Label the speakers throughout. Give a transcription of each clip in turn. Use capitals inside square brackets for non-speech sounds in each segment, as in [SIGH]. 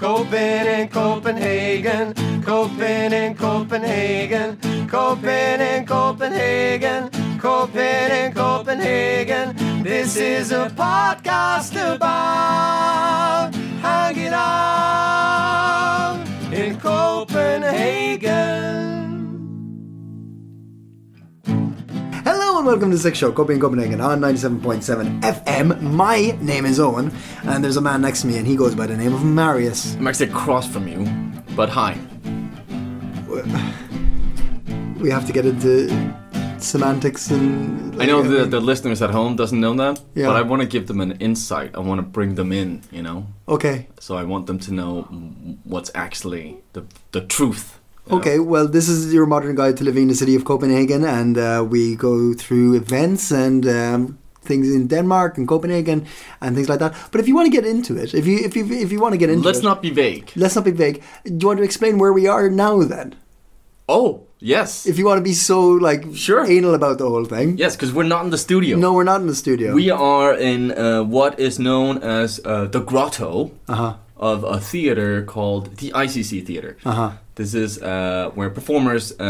Speaker 1: Copen in Copenhagen, Copen in Copenhagen, Copen in Copenhagen, Copen in Copenhagen. This is a podcast about hanging out in Copenhagen.
Speaker 2: Hello and welcome to the Six Show, Copy in Copenhagen on 97.7 FM. My name is Owen, and there's a man next to me, and he goes by the name of Marius.
Speaker 3: I'm actually across from you, but hi.
Speaker 2: We have to get into semantics and.
Speaker 3: I know the, the listeners at home doesn't know that,
Speaker 2: Yeah.
Speaker 3: but I want to give them an insight. I want to bring them in, you know.
Speaker 2: Okay.
Speaker 3: So I want them to know m- what's actually the the truth. Uh, you know?
Speaker 2: Okay, well, this is your modern guide to living in the city of Copenhagen, and uh, we go through events and um, things in Denmark and Copenhagen and things like that. But if you want to get into it, if you if you if you want to get into
Speaker 3: Let's
Speaker 2: it,
Speaker 3: not be vague.
Speaker 2: let's not be vague. Do you want to explain where we are now then?
Speaker 3: Oh yes,
Speaker 2: If you want to be so like
Speaker 3: Sure.
Speaker 2: anal about the whole thing,
Speaker 3: yes, because we're not in the studio.
Speaker 2: no, we're not in the studio.
Speaker 3: we are in uh, what is known as uh, the grotto
Speaker 2: Uh-huh.
Speaker 3: of a theater called the ICC Theater.
Speaker 2: Uh-huh.
Speaker 3: This is uh, where performers uh,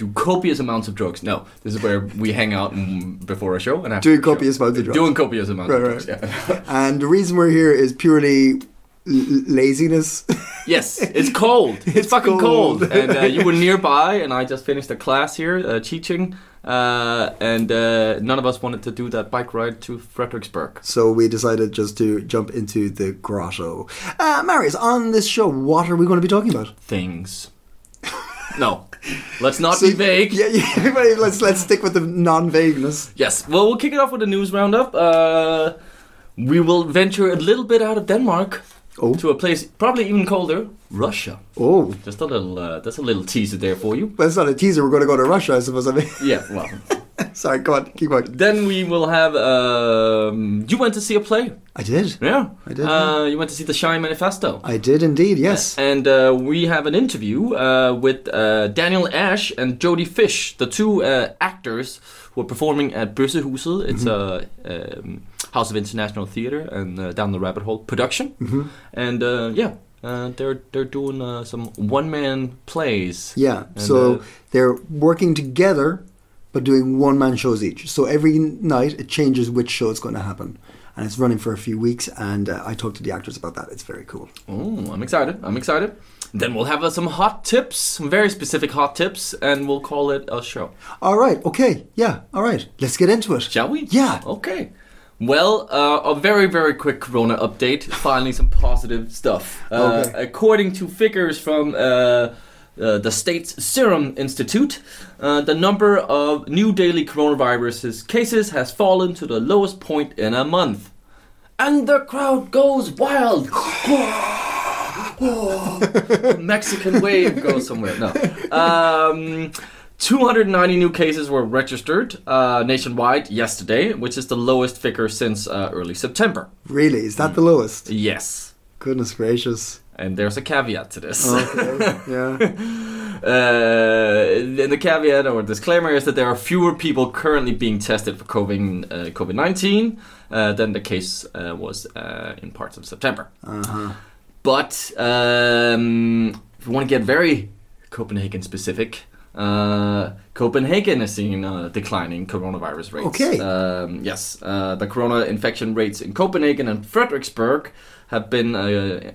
Speaker 3: do copious amounts of drugs. No, this is where
Speaker 2: [LAUGHS]
Speaker 3: we hang out mm, before a show and after
Speaker 2: Doing
Speaker 3: a show.
Speaker 2: copious amounts of drugs.
Speaker 3: Doing copious amounts
Speaker 2: Right,
Speaker 3: of drugs. Yeah. [LAUGHS]
Speaker 2: and the reason we're here is purely l- laziness. [LAUGHS]
Speaker 3: yes, it's cold. It's,
Speaker 2: It's
Speaker 3: fucking cold.
Speaker 2: cold.
Speaker 3: and uh, you
Speaker 2: [LAUGHS]
Speaker 3: were nearby, and I just finished a class here uh, teaching, uh, and uh, none of us wanted to do that bike ride to Fredericksburg.
Speaker 2: so we decided just to jump into the grotto. Uh, Marius, on this show, what are we going to be talking about? [LAUGHS]
Speaker 3: Things. No, let's not
Speaker 2: So-
Speaker 3: be vague.
Speaker 2: Yeah, yeah [LAUGHS] everybody, let's let's stick with the non-vagueness.
Speaker 3: Yes. Well, we'll kick it off with a news roundup. Uh, we will venture a little bit out of Denmark
Speaker 2: Oh.
Speaker 3: to a place probably even colder, Russia.
Speaker 2: Oh,
Speaker 3: Just a little. Uh, that's a little teaser there for you.
Speaker 2: that's not a teaser. We're going to go to Russia, I suppose. [LAUGHS] I mean,
Speaker 3: Yeah. Well.
Speaker 2: sorry, come on, keep going.
Speaker 3: then we will have. Um, you went to see a play.
Speaker 2: I did,
Speaker 3: Yeah.
Speaker 2: I did,
Speaker 3: Uh, you went to see the Shine Manifesto.
Speaker 2: I did indeed. Yes.
Speaker 3: And uh, we have an interview uh, with uh, Daniel Ash and Jodie Fish, the two uh, actors who are performing at Bøssehuset. It's a um, House of International Theatre and uh, Down the Rabbit Hole production.
Speaker 2: Mm-hmm.
Speaker 3: And uh, yeah, uh, they're they're doing uh, some one man plays.
Speaker 2: Yeah.
Speaker 3: And,
Speaker 2: so
Speaker 3: uh,
Speaker 2: they're working together, but doing one man shows each. So every night it changes which show it's going to happen. And it's running for a few weeks, and uh, I talked to the actors about that. It's very cool.
Speaker 3: Oh, I'm excited! I'm excited. Then we'll have uh, some hot tips, some very specific hot tips, and we'll call it a show.
Speaker 2: All right, okay, yeah, all right. Let's get into it.
Speaker 3: Shall we?
Speaker 2: Yeah.
Speaker 3: Okay. Well, uh, a very, very quick Corona update. Finally, some positive stuff. Uh,
Speaker 2: Okay.
Speaker 3: According to figures from uh, uh, the state's Serum Institute, uh, the number of new daily coronavirus cases has fallen to the lowest point in a month. And the crowd goes wild. The Mexican wave goes somewhere. No. Um, 290 new cases were registered uh, nationwide yesterday, which is the lowest figure since uh, early September.
Speaker 2: Really, is that the lowest?
Speaker 3: Yes.
Speaker 2: Goodness gracious.
Speaker 3: And there's a caveat to this.
Speaker 2: Oh. Okay, [LAUGHS] yeah.
Speaker 3: Uh, and the caveat or disclaimer is that there are fewer people currently being tested for COVID uh, COVID nineteen uh, than the case uh, was uh, in parts of September.
Speaker 2: Uh-huh.
Speaker 3: But um, if we want to get very Copenhagen specific, uh, Copenhagen is seeing uh, declining coronavirus rates.
Speaker 2: Okay.
Speaker 3: Um, yes, uh, the corona infection rates in Copenhagen and Fredericksburg have been uh,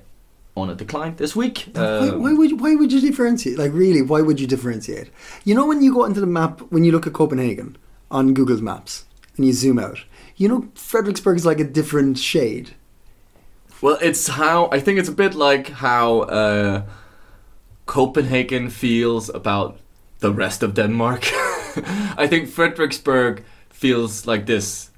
Speaker 3: on a decline this week.
Speaker 2: Why,
Speaker 3: Um,
Speaker 2: why would you, why would you differentiate? Like really, why would you differentiate? You know when you go into the map when you look at Copenhagen on Google Maps and you zoom out, you know Fredericksburg is like a different shade.
Speaker 3: Well, it's how I think it's a bit like how uh, Copenhagen feels about the rest of Denmark. [LAUGHS] I think Frederiksberg feels like this,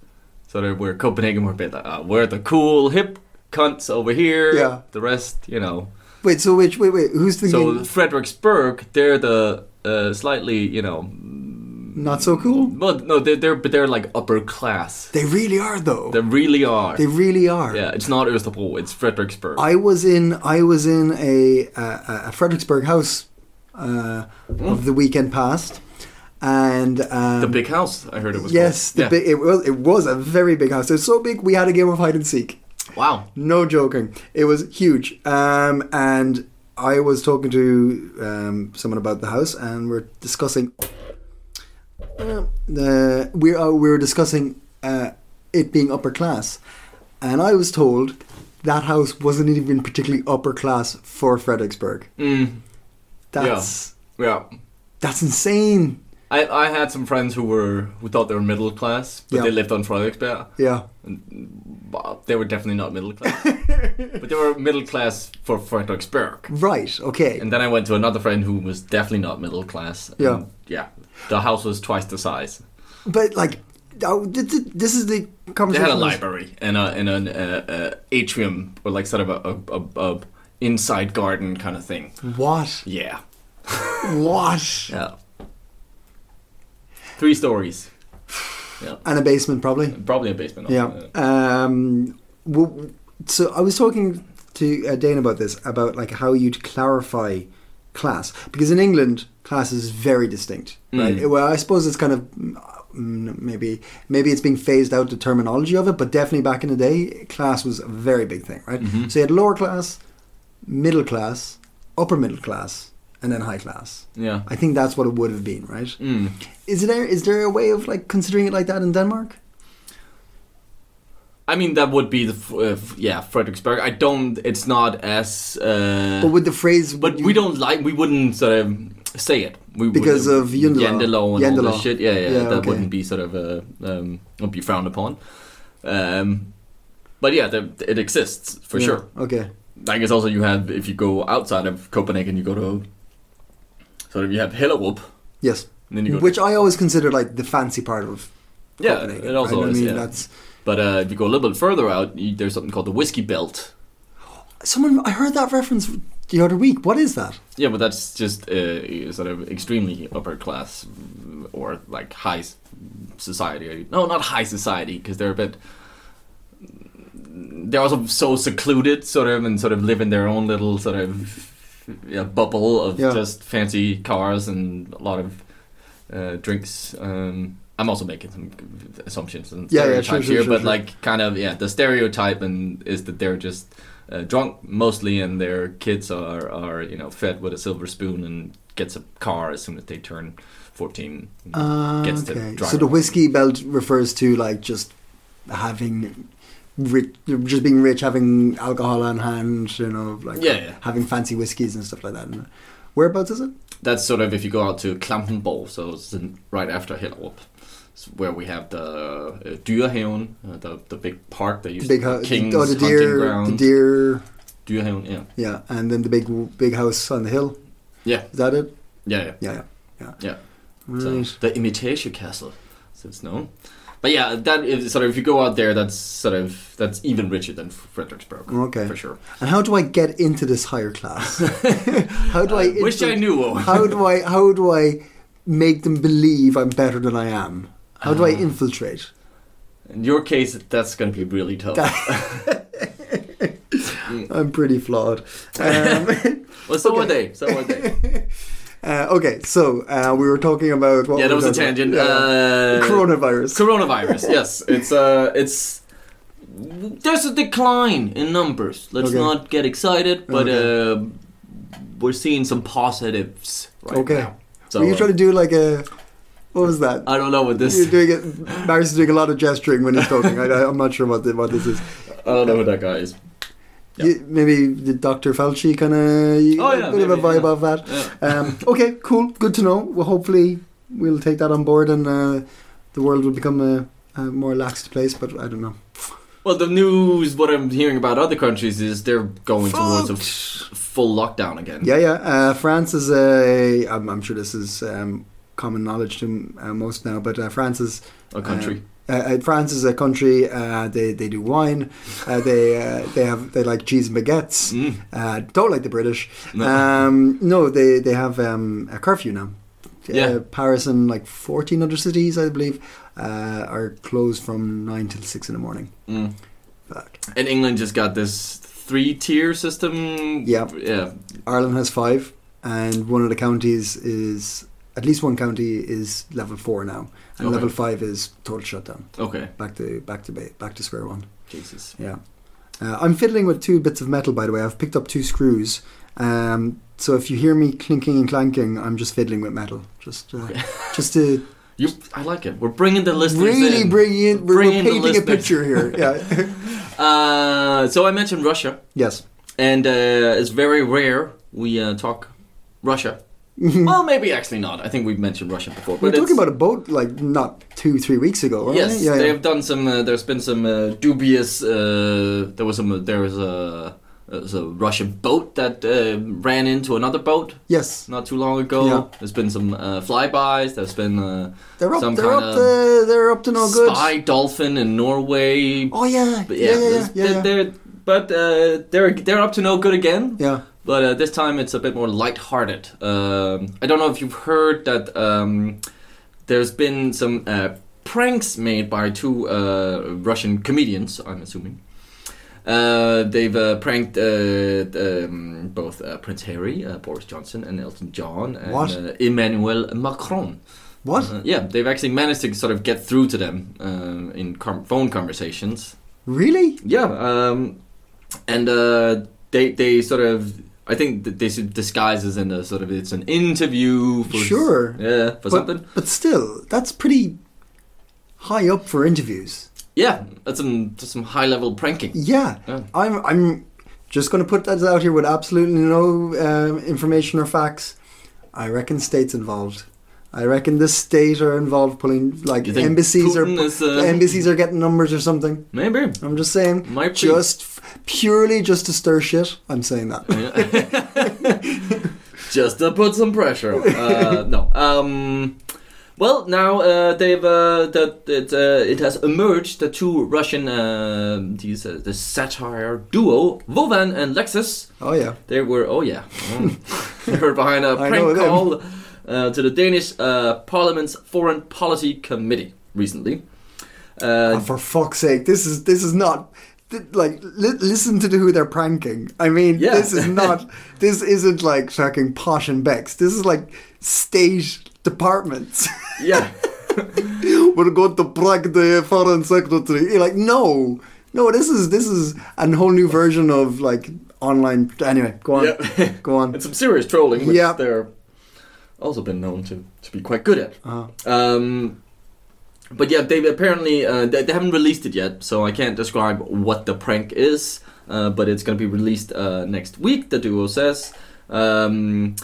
Speaker 3: sort of where Copenhagen were a bit like, uh, we're the cool hip cunts over here.
Speaker 2: Yeah.
Speaker 3: The rest, you know.
Speaker 2: Wait, so which wait wait who's
Speaker 3: So
Speaker 2: thinking
Speaker 3: Frederiksberg, they're the uh, slightly, you know,
Speaker 2: not so cool?
Speaker 3: well, no, they're they're but they're like upper class.
Speaker 2: They really are though.
Speaker 3: They really are.
Speaker 2: They really are.
Speaker 3: yeah, it's not Istanbul. It's Frederiksberg.
Speaker 2: I was in I was in a a, a Fredericksburg house uh, of the weekend past, and um,
Speaker 3: the big house. I heard it was.
Speaker 2: yes,
Speaker 3: called.
Speaker 2: the big, it was it was a very big house. It was so big we had a game of hide and seek.
Speaker 3: Wow.
Speaker 2: No joking. It was huge. Um, and I was talking to um, someone about the house, and we're discussing. Uh, the- we uh, we were discussing uh, it being upper class, and I was told that house wasn't even particularly upper class for Fredericksburg.
Speaker 3: Mm,
Speaker 2: That's
Speaker 3: yeah.
Speaker 2: that's insane.
Speaker 3: I, I had some friends who were who thought they were middle class, but
Speaker 2: Yeah.
Speaker 3: they lived on Frederiksberg.
Speaker 2: Yeah,
Speaker 3: Well, they were definitely not middle
Speaker 2: [LAUGHS]
Speaker 3: class, but they were middle class for Frederiksberg.
Speaker 2: right. Okay.
Speaker 3: And then I went to another friend who was definitely not middle class. and
Speaker 2: Yeah.
Speaker 3: yeah. The house was twice the size.
Speaker 2: But like, oh, th- th- this is the
Speaker 3: They
Speaker 2: conversation.
Speaker 3: had a
Speaker 2: I was-
Speaker 3: library and a and an uh, uh, atrium or like sort of a, a, a, a inside garden kind of thing.
Speaker 2: What?
Speaker 3: Yeah.
Speaker 2: What?
Speaker 3: Yeah. Three stories. Yeah.
Speaker 2: And a basement, probably.
Speaker 3: Probably a basement.
Speaker 2: Yeah.
Speaker 3: uh,
Speaker 2: Um, w- so I was talking to uh, Dane about this, about like how you'd clarify class, because in England, class is very distinct, right?
Speaker 3: Mm.
Speaker 2: Well, I suppose it's kind of mm, maybe maybe it's being phased out the terminology of it, but definitely back in the day, class was a very big thing, right?
Speaker 3: Mhm.
Speaker 2: So you had lower class, middle class, upper middle class, and then high class.
Speaker 3: Yeah.
Speaker 2: I think that's what it would have been, right?
Speaker 3: Mm.
Speaker 2: Is there is there a way of like considering it like that in Denmark?
Speaker 3: I mean, that would be the f- uh, f- yeah Fredericksburg. I don't. It's not as. Uh,
Speaker 2: But with the phrase, would
Speaker 3: but
Speaker 2: you-
Speaker 3: we don't like. We wouldn't sort of say it. We
Speaker 2: Because
Speaker 3: would,
Speaker 2: of Yandelo.
Speaker 3: Yandelo and all
Speaker 2: Yandelo.
Speaker 3: this shit. Yeah, yeah.
Speaker 2: Yeah,
Speaker 3: that
Speaker 2: okay.
Speaker 3: wouldn't be sort of uh, um, would be frowned upon. Um, but yeah, the, it exists for
Speaker 2: Yeah,
Speaker 3: sure.
Speaker 2: Okay.
Speaker 3: I guess also you have if you go outside of Copenhagen, you go to sort of you have Hellerup,
Speaker 2: Yes.
Speaker 3: and then you go.
Speaker 2: Which I always consider like the fancy part of
Speaker 3: yeah,
Speaker 2: Copenhagen.
Speaker 3: it also
Speaker 2: right?
Speaker 3: is.
Speaker 2: I mean,
Speaker 3: yeah.
Speaker 2: that's
Speaker 3: But uh, if you go a little bit further out, you, there's something called the Whiskey Belt.
Speaker 2: someone I heard that reference the other week. What is that?
Speaker 3: Yeah, but that's just uh, sort of extremely upper class mm, or like high s- society. No, not high society because they're a bit. They're also so secluded, sort of, and sort of live in their own little sort of yeah, bubble of
Speaker 2: Yeah.
Speaker 3: just fancy cars and a lot of uh, drinks. Um, I'm also making some assumptions and
Speaker 2: Yeah, yeah, sure,
Speaker 3: stereotypes
Speaker 2: sure,
Speaker 3: here,
Speaker 2: sure,
Speaker 3: but
Speaker 2: sure.
Speaker 3: like kind of yeah, the stereotype and is that they're just uh, drunk mostly, and their kids are, are you know fed with a silver spoon and gets a car as soon as they turn fourteen.
Speaker 2: Uh,
Speaker 3: Gets to
Speaker 2: okay.
Speaker 3: drive
Speaker 2: So the
Speaker 3: around.
Speaker 2: whiskey belt refers to like just having rich, just being rich, having alcohol on hand, you know, like
Speaker 3: Yeah, yeah.
Speaker 2: having fancy whiskeys and stuff like that. And Whereabouts is it?
Speaker 3: That's sort of if you go out to Klampenborg, so it's in, right after Hellerup, it's where we have the uh, Dyrehaven, uh, the the big park they
Speaker 2: The
Speaker 3: used
Speaker 2: big
Speaker 3: to
Speaker 2: house,
Speaker 3: be kings
Speaker 2: oh, the
Speaker 3: hunting
Speaker 2: deer,
Speaker 3: ground.
Speaker 2: the deer,
Speaker 3: Dyrehaven, yeah,
Speaker 2: yeah, and then the big, big house on the hill.
Speaker 3: Yeah.
Speaker 2: is that it?
Speaker 3: yeah, yeah.
Speaker 2: Yeah, yeah,
Speaker 3: Yeah.
Speaker 2: Right.
Speaker 3: So, the Imitation Castle, so it's known. But yeah, that is sort of if you go out there, that's sort of that's even richer than Fredericksburg
Speaker 2: Okay.
Speaker 3: for sure.
Speaker 2: And how do I get into this higher
Speaker 3: [LAUGHS]
Speaker 2: class? how do I,
Speaker 3: I wish I
Speaker 2: instant-
Speaker 3: knew.
Speaker 2: how do I how do I make them believe I'm better than I am? How do I
Speaker 3: Ah.
Speaker 2: infiltrate?
Speaker 3: In your case, that's going to be really tough.
Speaker 2: I'm pretty flawed. Um, [LAUGHS]
Speaker 3: well, so are they. So are they.
Speaker 2: uh, okay, so uh, we were talking about what
Speaker 3: yeah,
Speaker 2: were
Speaker 3: that
Speaker 2: we
Speaker 3: was a
Speaker 2: talking about?
Speaker 3: tangent.
Speaker 2: Yeah.
Speaker 3: Uh,
Speaker 2: Coronavirus. [LAUGHS]
Speaker 3: Coronavirus. Yes, it's uh, it's there's a decline in numbers. Let's
Speaker 2: Okay.
Speaker 3: not get excited, but
Speaker 2: Okay.
Speaker 3: uh, we're seeing some positives right
Speaker 2: okay.
Speaker 3: now. So
Speaker 2: were you
Speaker 3: uh,
Speaker 2: trying to do like a what was that?
Speaker 3: I don't know what this.
Speaker 2: You're doing it. Maris is doing a lot of gesturing when he's talking. I, I- I'm not sure what the, what this is.
Speaker 3: I don't know what that guy is. Yeah.
Speaker 2: You, maybe the Dr. Fauci kind of
Speaker 3: Oh,
Speaker 2: a
Speaker 3: yeah,
Speaker 2: bit of a
Speaker 3: maybe,
Speaker 2: vibe
Speaker 3: yeah.
Speaker 2: of that.
Speaker 3: Yeah.
Speaker 2: Um, okay, cool. Good to know. Well, hopefully we'll take that on board and uh, the world will become a, a more laxed place. But I don't know.
Speaker 3: Well, the news. What I'm hearing about other countries is they're going towards a f- full lockdown again.
Speaker 2: Yeah, yeah. Uh, France is a. I'm, I'm sure this is um, common knowledge to uh, most now, but uh, France is
Speaker 3: A country.
Speaker 2: uh, uh, France is a country. Uh, they they do wine. Uh, they uh, they have they like cheese and baguettes.
Speaker 3: Mm.
Speaker 2: Uh, don't like the British.
Speaker 3: No.
Speaker 2: Um, no, they they have um, a curfew now.
Speaker 3: Yeah.
Speaker 2: Uh, Paris and like 14 other cities, I believe, uh, are closed from nine till six in the morning.
Speaker 3: Mm.
Speaker 2: Fuck.
Speaker 3: And England just got this three tier system.
Speaker 2: Yeah.
Speaker 3: Yeah.
Speaker 2: Ireland has five, and one of the counties is at least one county is level four now, and
Speaker 3: Okay.
Speaker 2: level five is total shutdown.
Speaker 3: Okay.
Speaker 2: Back to back to ba- back to square one.
Speaker 3: Jesus.
Speaker 2: Yeah. Uh, I'm fiddling with two bits of metal, by the way. I've picked up two screws. Um, so if you hear me clinking and clanking, I'm just fiddling with metal, just uh, just to
Speaker 3: You, I like it. We're bringing the listeners
Speaker 2: really
Speaker 3: in.
Speaker 2: bring in. We're,
Speaker 3: Bring
Speaker 2: we're
Speaker 3: in the
Speaker 2: painting a
Speaker 3: listeners.
Speaker 2: picture
Speaker 3: [LAUGHS]
Speaker 2: here. Yeah.
Speaker 3: Uh, so I mentioned Russia,
Speaker 2: yes.
Speaker 3: and uh, it's very rare we uh, talk Russia. well, maybe actually not. I think we've mentioned Russia before.
Speaker 2: We Mm-hmm. were
Speaker 3: but
Speaker 2: talking
Speaker 3: it's-
Speaker 2: about a boat like not two, three weeks ago, weren't
Speaker 3: Yes,
Speaker 2: we? Yeah,
Speaker 3: they
Speaker 2: yeah.
Speaker 3: have done some. Uh, there's been some uh, dubious. Uh, there was some. There was a, there was a Russian boat that uh, ran into another boat
Speaker 2: Yes.
Speaker 3: not too long ago.
Speaker 2: Yeah.
Speaker 3: There's been some uh, flybys. There's been uh,
Speaker 2: They're up.
Speaker 3: some
Speaker 2: They're
Speaker 3: kind
Speaker 2: up.
Speaker 3: of
Speaker 2: To, they're up to no good.
Speaker 3: spy dolphin in Norway.
Speaker 2: Oh yeah.
Speaker 3: But
Speaker 2: yeah, yeah, yeah,
Speaker 3: there's-
Speaker 2: yeah, yeah.
Speaker 3: They're, but uh, they're they're up to no good again.
Speaker 2: Yeah.
Speaker 3: But uh, this time it's a bit more lighthearted. Um, I don't know if you've heard that um, there's been some uh, pranks made by two uh, Russian comedians, I'm assuming. Uh, they've uh, pranked uh, um, both uh, Prince Harry, uh, Boris Johnson, and Elton John, and
Speaker 2: What?
Speaker 3: Uh, Emmanuel Macron.
Speaker 2: What?
Speaker 3: Uh, yeah, they've actually managed to sort of get through to them um in com- phone conversations.
Speaker 2: Really?
Speaker 3: Yeah, um, and uh, they they sort of I think that they should disguise as in a sort of it's an interview for
Speaker 2: Sure.
Speaker 3: yeah for
Speaker 2: But-
Speaker 3: something
Speaker 2: But still, that's pretty high up for interviews.
Speaker 3: yeah that's some that's some high level pranking
Speaker 2: Yeah.
Speaker 3: Yeah.
Speaker 2: I'm I'm just going to put that out here with absolutely no um, information or facts. I reckon states involved. I reckon the state are involved pulling like
Speaker 3: You think
Speaker 2: embassies
Speaker 3: Putin
Speaker 2: are
Speaker 3: is, uh,
Speaker 2: embassies are getting numbers or something.
Speaker 3: maybe
Speaker 2: I'm just saying
Speaker 3: might be.
Speaker 2: just f- purely just to stir shit. I'm saying that.
Speaker 3: [LAUGHS] just to put some pressure on. Uh, no. Um, well, now uh, they've uh, that it, uh, it has emerged that two Russian uh, these uh, the satire duo Vovan and Lexus
Speaker 2: Oh yeah.
Speaker 3: they were oh yeah Mm. [LAUGHS] they were behind a
Speaker 2: I know
Speaker 3: prank
Speaker 2: them.
Speaker 3: call uh, to the Danish uh, Parliament's Foreign Policy Committee recently.
Speaker 2: Oh, [LAUGHS]
Speaker 3: Uh,
Speaker 2: for fuck's sake, this is this is not th- like li- listen to who they're pranking. I mean,
Speaker 3: Yeah.
Speaker 2: this is not this isn't like fucking posh and becks. This is like state departments. [LAUGHS]
Speaker 3: yeah.
Speaker 2: We're going to prank the foreign secretary. You're like, no, no, this is this is a whole new version of like online. Anyway, go on,
Speaker 3: Yeah.
Speaker 2: go on.
Speaker 3: and some serious trolling, which
Speaker 2: Yeah.
Speaker 3: they're also been known to, to be quite good at.
Speaker 2: Uh-huh.
Speaker 3: Um, but yeah, they've apparently uh, they, they haven't released it yet, so I can't describe what the prank is. Uh, but it's going to be released uh, next week. The duo says. Um,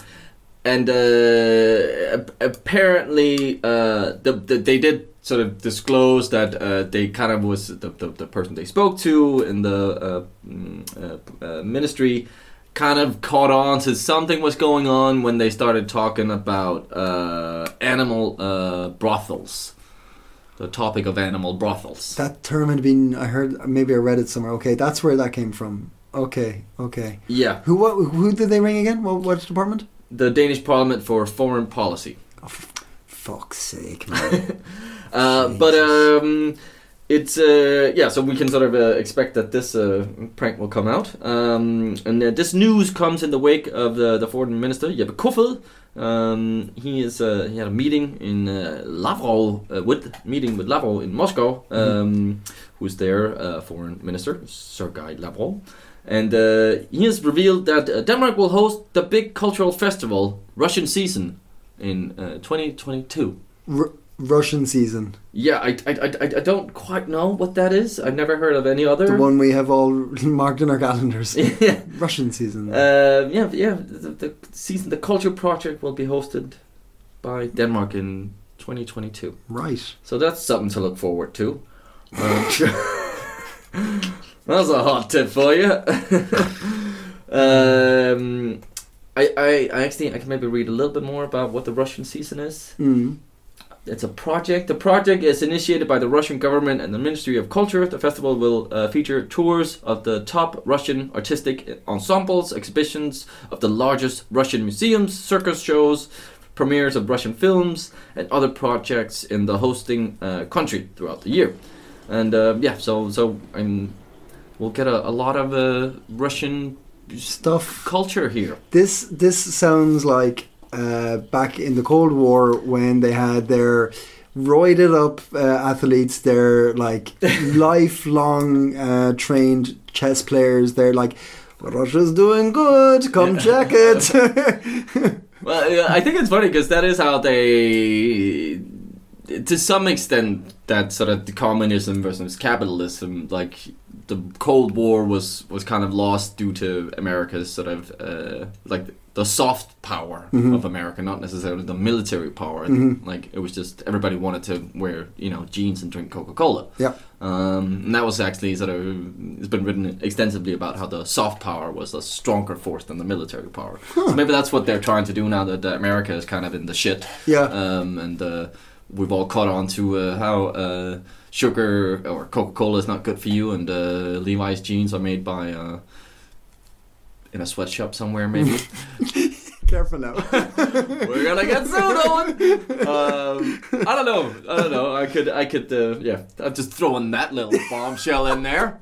Speaker 3: and uh, ap- apparently, uh, the, the, they did sort of disclose that uh, they kind of was the, the, the person they spoke to in the uh, mm, uh, uh, ministry kind of caught on to something was going on when they started talking about uh, animal uh, brothels. The topic of animal brothels.
Speaker 2: That term had been I heard maybe I read it somewhere. Okay, that's where that came from. Okay, okay.
Speaker 3: yeah,
Speaker 2: Who what who did they ring again? What what department?
Speaker 3: the Danish Parliament for Foreign Policy.
Speaker 2: Oh, f- fuck's sake, man.
Speaker 3: Uh,
Speaker 2: Jesus.
Speaker 3: but um, it's uh, yeah, so we can sort of uh, expect that this uh, prank will come out, um, and uh, this news comes in the wake of the, the foreign minister Jeppe Kofod. Um, he is uh, he had a meeting in uh, Lavrov uh, with meeting with Lavrov in Moscow, um, who's their uh, foreign minister Sergei Lavrov. And uh, he has revealed that uh, Denmark will host the big cultural festival Russian Season in uh, 2022.
Speaker 2: R- Russian season.
Speaker 3: Yeah, I, I, I, I I don't quite know what that is. I've never heard of any other.
Speaker 2: The one we have all [LAUGHS] marked in our calendars.
Speaker 3: [LAUGHS] yeah.
Speaker 2: Russian season.
Speaker 3: Uh, yeah, yeah. The, the season, the culture project will be hosted by Denmark in 2022.
Speaker 2: right.
Speaker 3: So that's something to look forward to. Um, [LAUGHS] that's a hot tip for you. [LAUGHS] um, I, I, I actually I can maybe read a little bit more about what the Russian season is.
Speaker 2: Mm.
Speaker 3: It's a project. The project is initiated by the Russian government and the Ministry of Culture. The festival will uh, feature tours of the top Russian artistic ensembles, exhibitions of the largest Russian museums, circus shows, premieres of Russian films, and other projects in the hosting uh, country throughout the year. And uh, yeah, so so um, we'll get a, a lot of uh, Russian
Speaker 2: Stuff.
Speaker 3: culture here.
Speaker 2: This this sounds like uh, back in the Cold War when they had their roided up uh, athletes, their like lifelong uh, trained chess players. They're like, Russia's doing good. Come check it.
Speaker 3: Well, yeah, I think it's funny because that is how they, to some extent, that sort of the communism versus capitalism, like the Cold War was was kind of lost due to America's sort of uh, like the soft power of America, not necessarily the military power. I think, Like it was just everybody wanted to wear you know jeans and drink Coca Cola.
Speaker 2: yeah.
Speaker 3: Um, and that was actually sort of it's been written extensively about how the soft power was a stronger force than the military power. So maybe that's what they're trying to do now that uh, America is kind of in the shit.
Speaker 2: Yeah.
Speaker 3: Um, and uh, we've all caught on to uh, how uh, sugar or Coca Cola is not good for you, and uh, Levi's jeans are made by uh, in a sweatshop somewhere. Maybe
Speaker 2: Careful now.
Speaker 3: we're gonna get sued, Owen. Um, I don't know. I don't know. I could. I could. Uh, yeah. I'm just throwing that little bombshell in there.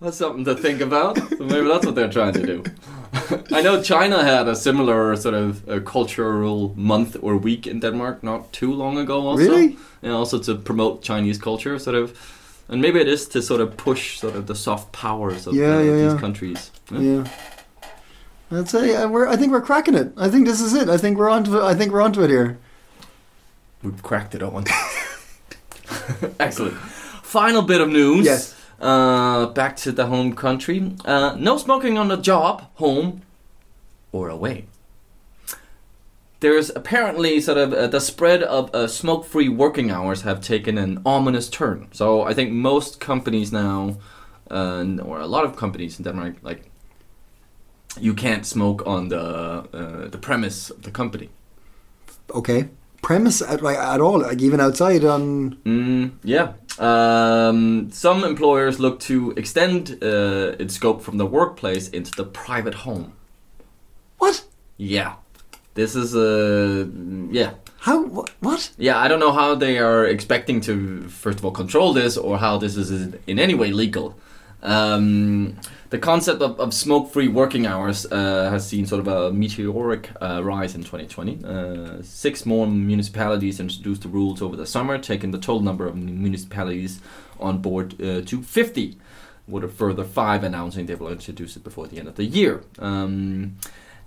Speaker 3: That's something to think about. So maybe that's what they're trying to do. I know China had a similar sort of uh cultural month or week in Denmark not too long ago. Also,
Speaker 2: Really?
Speaker 3: and also to promote Chinese culture, sort of. And maybe it is to sort of push sort of the soft powers of
Speaker 2: Yeah,
Speaker 3: uh,
Speaker 2: yeah,
Speaker 3: these
Speaker 2: yeah.
Speaker 3: countries.
Speaker 2: yeah. I'd say uh, we're, I think we're cracking it. I think this is it. I think we're onto. I think we're onto it here.
Speaker 3: We've cracked it, Owen. [LAUGHS] Excellent. Final bit of news.
Speaker 2: Yes.
Speaker 3: Uh, back to the home country. Uh, no smoking on the job, home, or away. There's apparently sort of uh, the spread of uh, smoke-free working hours have taken an ominous turn. So I think most companies now, uh, or a lot of companies in Denmark, like you can't smoke on the uh, the premise of the company.
Speaker 2: Okay. Premise at like at all, like even outside on.
Speaker 3: Mm, yeah. Um, some employers look to extend uh, its scope from the workplace into the private home.
Speaker 2: What?
Speaker 3: Yeah. This is a yeah.
Speaker 2: How? What? what?
Speaker 3: Yeah, I don't know how they are expecting to, first of all, control this or how this is in any way legal. Um, the concept of, of smoke free working hours uh, has seen sort of a meteoric uh, rise in 2020. Uh, six more municipalities introduced the rules over the summer, taking the total number of municipalities on board uh, to 50, with a further five announcing they will introduce it before the end of the year. Um,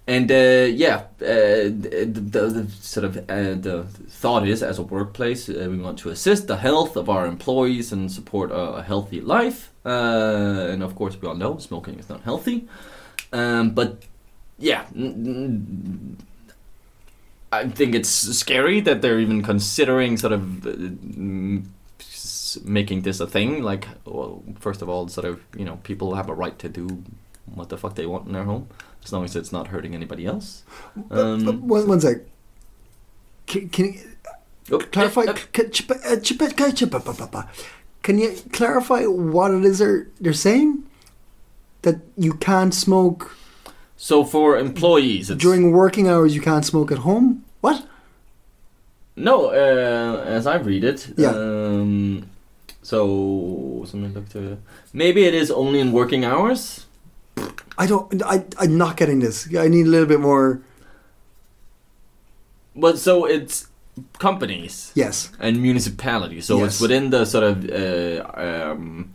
Speaker 3: and uh, yeah, uh, the, the, the sort of uh, the thought is, as a workplace, uh, we want to assist the health of our employees and support a, a healthy life. Uh, and of course, we all know smoking is not healthy. Um, but yeah, n- n- I think it's scary that they're even considering sort of uh, mm, s- making this a thing. Like, well, first of all, sort of you know, people have a right to do what the fuck they want in their home as long as it's not hurting anybody else. Um,
Speaker 2: But one, one sec. Can, can you
Speaker 3: oh,
Speaker 2: clarify?
Speaker 3: eh, eh,
Speaker 2: c- c- chip- uh, chip- uh, chip- uh, uh, uh, Can you clarify what it is they're they're saying? That you can't smoke
Speaker 3: so for employees, it's,
Speaker 2: during working hours. You can't smoke at home. What?
Speaker 3: no, uh, as I read it,
Speaker 2: Yeah.
Speaker 3: Um, so something like to maybe it is only in working hours.
Speaker 2: I don't. I I'm not getting this. I need a little bit more.
Speaker 3: But so it's companies
Speaker 2: Yes.
Speaker 3: and municipalities. So
Speaker 2: Yes.
Speaker 3: it's within the sort of uh, um,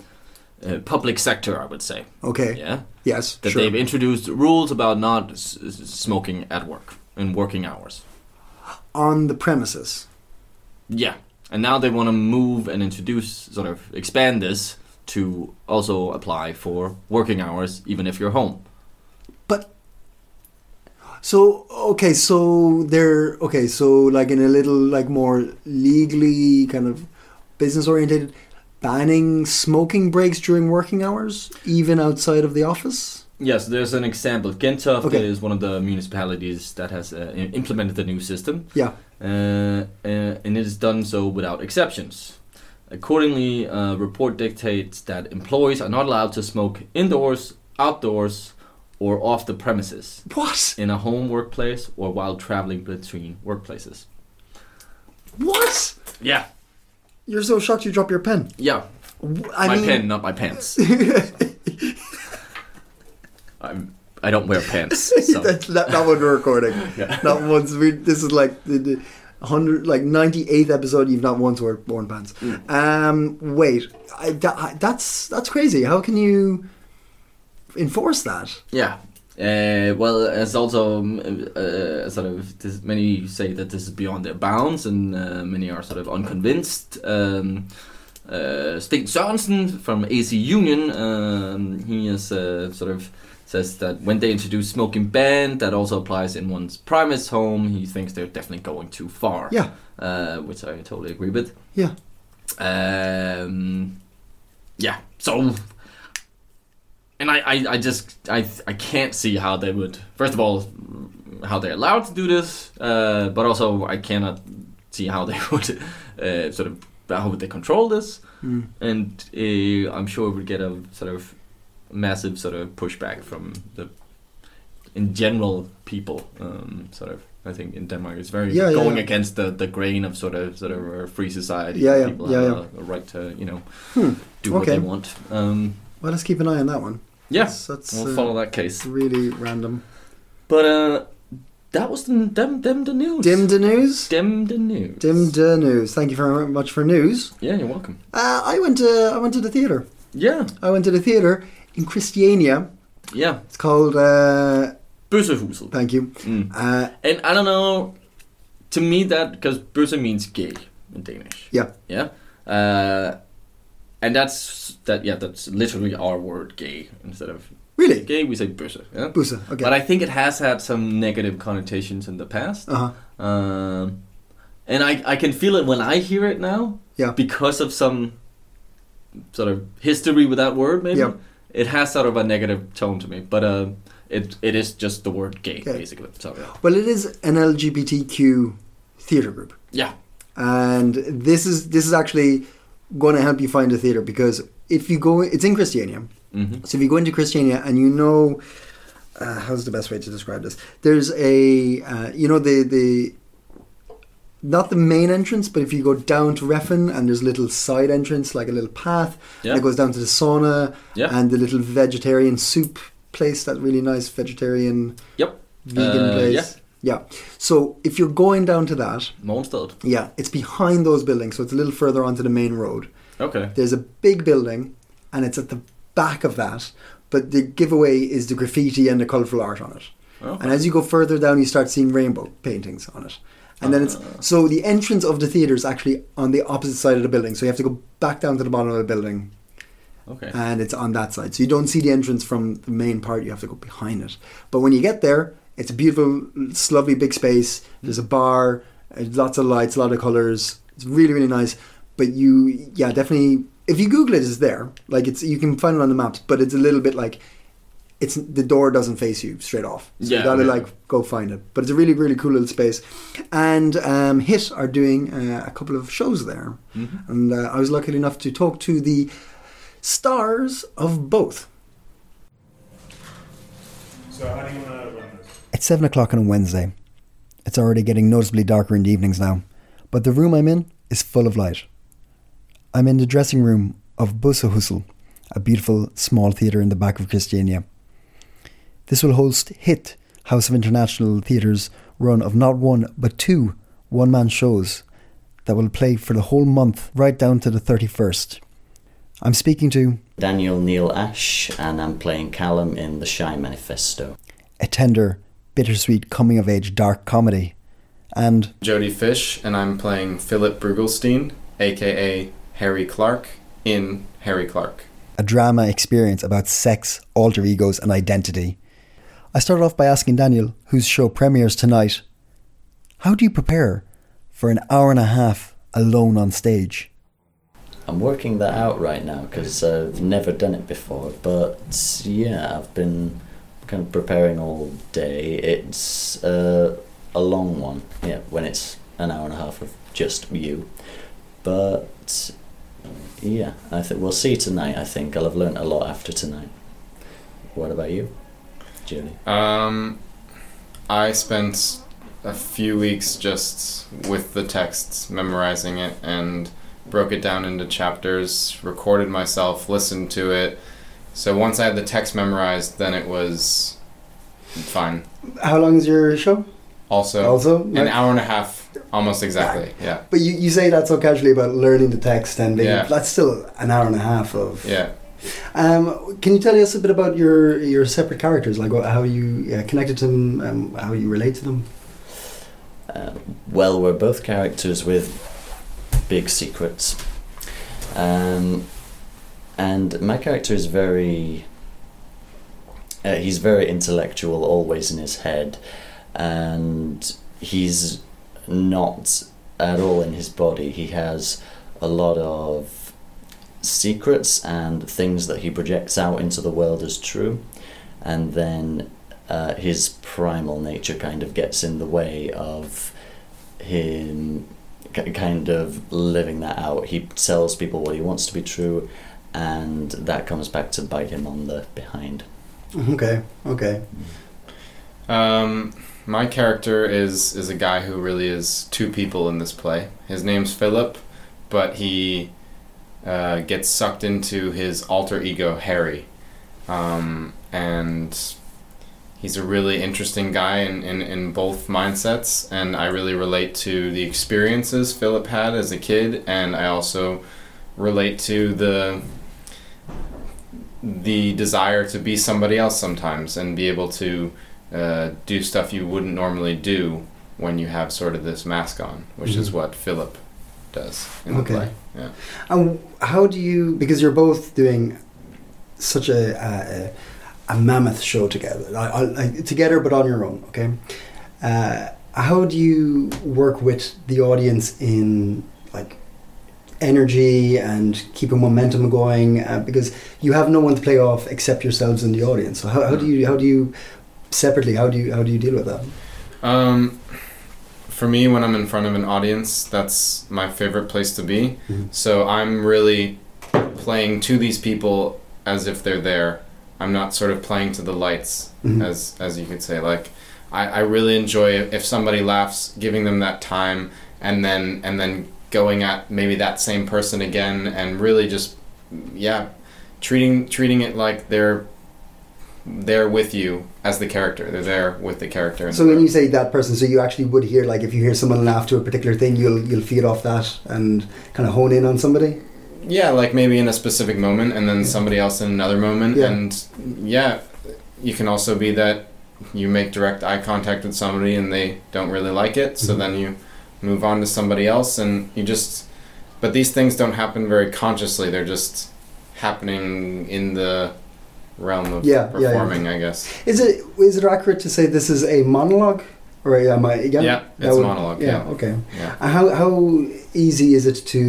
Speaker 3: uh, public sector, I would say.
Speaker 2: Okay.
Speaker 3: Yeah,
Speaker 2: Yes.
Speaker 3: that
Speaker 2: sure.
Speaker 3: they've introduced rules about not s- s- smoking at work in working hours.
Speaker 2: On the premises.
Speaker 3: Yeah, and now they want to move and introduce, sort of expand this to also apply for working hours, even if you're home.
Speaker 2: But so okay, so they're okay, so like in a little like more legally kind of business oriented, banning smoking breaks during working hours, even outside of the office.
Speaker 3: Yes, there's an example. Gentofte
Speaker 2: Okay.
Speaker 3: is one of the municipalities that has uh, i- implemented the new system,
Speaker 2: Yeah.
Speaker 3: uh, uh, and it is done so without exceptions. Accordingly, uh, report dictates that employees are not allowed to smoke indoors, outdoors, or off the premises,
Speaker 2: What?
Speaker 3: in a home workplace, or while traveling between workplaces.
Speaker 2: What?
Speaker 3: Yeah,
Speaker 2: You're so shocked you drop your pen.
Speaker 3: yeah.
Speaker 2: W- I
Speaker 3: my
Speaker 2: mean,
Speaker 3: pen, not my
Speaker 2: [LAUGHS]
Speaker 3: pants. I'm, I don't wear pants.
Speaker 2: [LAUGHS]
Speaker 3: So.
Speaker 2: That's not, not what we're recording.
Speaker 3: [LAUGHS] Yeah.
Speaker 2: Not once. We, this is like the, the hundred, like ninety eighth episode. You've not once worn, worn
Speaker 3: Mm.
Speaker 2: pants. Um, wait, I, that, I- that's that's crazy. How can you? enforce that.
Speaker 3: Yeah. Uh, well, as also um, uh, sort of this, many say that this is beyond their bounds, and uh, many are sort of unconvinced. Um, uh, Stig Sørensen from AC Union, um, he is uh, sort of says that when they introduce smoking ban, that also applies in one's premise home. He thinks they're definitely going too far.
Speaker 2: Yeah.
Speaker 3: Uh, which I totally agree with.
Speaker 2: Yeah.
Speaker 3: Um, yeah. So, and I, I, I just, I, I can't see how they would. First of all, how they're allowed to do this, uh, but also I cannot see how they [LAUGHS] would uh, sort of how would they control this,
Speaker 2: Mm.
Speaker 3: and uh, I'm sure we would get a sort of massive sort of pushback from the in general people. Um, sort of, I think in Denmark it's very
Speaker 2: Yeah, yeah,
Speaker 3: going
Speaker 2: yeah.
Speaker 3: against the, the grain of sort of sort of a free society.
Speaker 2: Yeah, yeah,
Speaker 3: people
Speaker 2: yeah,
Speaker 3: have
Speaker 2: yeah.
Speaker 3: A, a right to you know
Speaker 2: Hmm.
Speaker 3: do what
Speaker 2: Okay.
Speaker 3: they want. Um,
Speaker 2: Well, let's keep an eye on that one.
Speaker 3: yeah,
Speaker 2: That's, that's
Speaker 3: we'll
Speaker 2: uh,
Speaker 3: follow that case.
Speaker 2: really random.
Speaker 3: But uh, that was the, them them the news.
Speaker 2: Dim de news.
Speaker 3: Dem the news.
Speaker 2: Dim de news. Thank you very much for news.
Speaker 3: Yeah, you're welcome.
Speaker 2: Uh, I went to I went to the theater.
Speaker 3: Yeah,
Speaker 2: I went to the theater in Christiania.
Speaker 3: yeah.
Speaker 2: It's called. Uh,
Speaker 3: Bøssehuset.
Speaker 2: thank you.
Speaker 3: Mm.
Speaker 2: Uh,
Speaker 3: And I don't know. To me, that because bøsse means gay in Danish.
Speaker 2: Yeah.
Speaker 3: Yeah. Uh, and that's that. Yeah, that's literally our word, gay. Instead of
Speaker 2: really,
Speaker 3: gay, we say bøsse. Yeah.
Speaker 2: Busa. Okay.
Speaker 3: But I think it has had some negative connotations in the past.
Speaker 2: uh huh.
Speaker 3: Um, and I, I can feel it when I hear it now.
Speaker 2: Yeah.
Speaker 3: Because of some sort of history with that word, maybe.
Speaker 2: Yeah.
Speaker 3: It has sort of a negative tone to me, but uh, it it is just the word gay,
Speaker 2: Okay.
Speaker 3: basically. So, yeah.
Speaker 2: Well, it is an LGBTQ theater group,
Speaker 3: yeah.
Speaker 2: and this is this is actually going to help you find a theater because if you go, it's in Christiania.
Speaker 3: hmm
Speaker 2: So if you go into Christiania and you know, uh, how's the best way to describe this? There's a, uh, you know, the the not the main entrance, but if you go down to Refin and there's a little side entrance, like a little path
Speaker 3: Yeah.
Speaker 2: that goes down to the sauna
Speaker 3: Yeah.
Speaker 2: and the little vegetarian soup place, that really nice vegetarian
Speaker 3: Yep.
Speaker 2: vegan
Speaker 3: Uh,
Speaker 2: place. Yeah. So if you're going down to that,
Speaker 3: Malmsted.
Speaker 2: yeah, it's behind those buildings, so it's a little further onto the main road
Speaker 3: Okay.
Speaker 2: there's a big building and it's at the back of that but the giveaway is the graffiti and the colorful art on it
Speaker 3: Okay.
Speaker 2: and as you go further down you start seeing rainbow paintings on it and then it's
Speaker 3: Uh.
Speaker 2: so the entrance of the theater is actually on the opposite side of the building so you have to go back down to the bottom of the building
Speaker 3: Okay.
Speaker 2: and it's on that side so you don't see the entrance from the main part you have to go behind it but when you get there it's a beautiful it's lovely big space there's a bar uh, lots of lights a lot of colors it's really really nice but you yeah definitely if you google it it's there like it's you can find it on the maps but it's a little bit like it's the door doesn't face you straight off so
Speaker 3: Yeah,
Speaker 2: you gotta
Speaker 3: yeah.
Speaker 2: like go find it but it's a really really cool little space and um, hit are doing uh, a couple of shows there
Speaker 3: Mhm.
Speaker 2: and uh, i was lucky enough to talk to the stars of both
Speaker 4: So how do you want to run this?
Speaker 2: It's seven o'clock on a Wednesday. It's already getting noticeably darker in the evenings now, but the room I'm in is full of light. I'm in the dressing room of Bussehusel, a beautiful small theatre in the back of Christiania. This will host HIT, House of International Theatre's run of not one, but two one man shows that will play for the whole month right down to the 31st. I'm speaking to
Speaker 5: Daniel Neil Ash, and I'm playing Callum in The Shy Manifesto.
Speaker 2: a tender, bittersweet coming of age dark comedy, and
Speaker 6: Jody Fish, and I'm playing Philip Brugelstein, aka Harry Clark, in Harry Clark.
Speaker 2: a drama experience about sex, alter egos, and identity. I started off by asking Daniel, whose show premieres tonight, how do you prepare for an hour and a half alone on stage?
Speaker 5: I'm working that out right now because I've never done it before, but yeah, I've been kind of preparing all day. It's uh, a long one, yeah, when it's an hour and a half of just you. But yeah, I think we'll see tonight. I think I'll have learnt a lot after tonight. What about you, Julie?
Speaker 6: Um, I spent a few weeks just with the texts, memorizing it, and broke it down into chapters, recorded myself, listened to it. So once I had the text memorized, then it was fine.
Speaker 2: How long is your show?
Speaker 6: Also,
Speaker 2: Also,
Speaker 6: Uh, an
Speaker 2: like-
Speaker 6: hour and a half,
Speaker 2: [LAUGHS]
Speaker 6: almost exactly. Yeah,
Speaker 2: But you, you say that so casually about learning the text and being,
Speaker 6: Yeah.
Speaker 2: that's still an hour and a half of
Speaker 6: yeah.
Speaker 2: Um, can you tell us a bit about your your separate characters, like wha- how you uh, connected to them, um, how you relate to them?
Speaker 5: Uh, well, we're both characters with big secrets. Um, and my character is very. Uh, he's very intellectual, always in his head, and he's not at all in his body. He has a lot of secrets and things that he projects out into the world as true, and then uh, his primal nature kind of gets in the way of him k- kind of living that out. He tells people what he wants to be true, and that comes back to bite him on the behind.
Speaker 6: Mm-hmm.
Speaker 2: Okay, okay.
Speaker 6: Um, my character is is a guy who really is two people in this play. His name's Philip, but he uh, gets sucked into his alter ego Harry, um, and he's a really interesting guy in, in, in both mindsets. And I really relate to the experiences Philip had as a kid, and I also relate to the the desire to be somebody else sometimes and be able to uh, do stuff you wouldn't normally do when you have sort of this mask on, which is
Speaker 2: Mhm.
Speaker 6: what Philip does in
Speaker 2: Okay.
Speaker 6: the play.
Speaker 2: And how do you? Because you're both doing such a a, a- a mammoth show together, I, I, I, together but on your own. Okay. Uh, how do you work with the audience in like energy and keeping momentum going? Uh, because you have no one to play off except yourselves and the audience. So how, how do you how do you separately how do you how do you deal with that?
Speaker 6: Um, for me, when I'm in front of an audience, that's my favorite place to be.
Speaker 2: Mhm.
Speaker 6: So I'm really playing to these people as if they're there. I'm not sort of playing to the lights,
Speaker 2: Mhm.
Speaker 6: as as you could say. Like, I, I really enjoy if somebody laughs, giving them that time, and then and then going at maybe that same person again, and really just yeah, treating treating it like they're they're with you as the character. They're there with the character. in
Speaker 2: So
Speaker 6: the
Speaker 2: when
Speaker 6: room.
Speaker 2: you say that person, so you actually would hear like if you hear someone laugh to a particular thing, you'll you'll feed off that and kind of hone in on somebody.
Speaker 6: yeah like maybe in a specific moment and then somebody else in another moment
Speaker 2: Yeah.
Speaker 6: and yeah you can also be that you make direct eye contact with somebody and they don't really like it so
Speaker 2: Mhm.
Speaker 6: then you move on to somebody else and you just but these things don't happen very consciously they're just happening in the realm of
Speaker 2: Yeah, yeah, yeah.
Speaker 6: performing i guess
Speaker 2: Is it is it accurate to say this is a monologue or a, am I
Speaker 6: yeah,
Speaker 2: again? That
Speaker 6: it's
Speaker 2: would-
Speaker 6: monologue
Speaker 2: Yeah.
Speaker 6: yeah,
Speaker 2: Okay.
Speaker 6: yeah.
Speaker 2: And How how easy is it to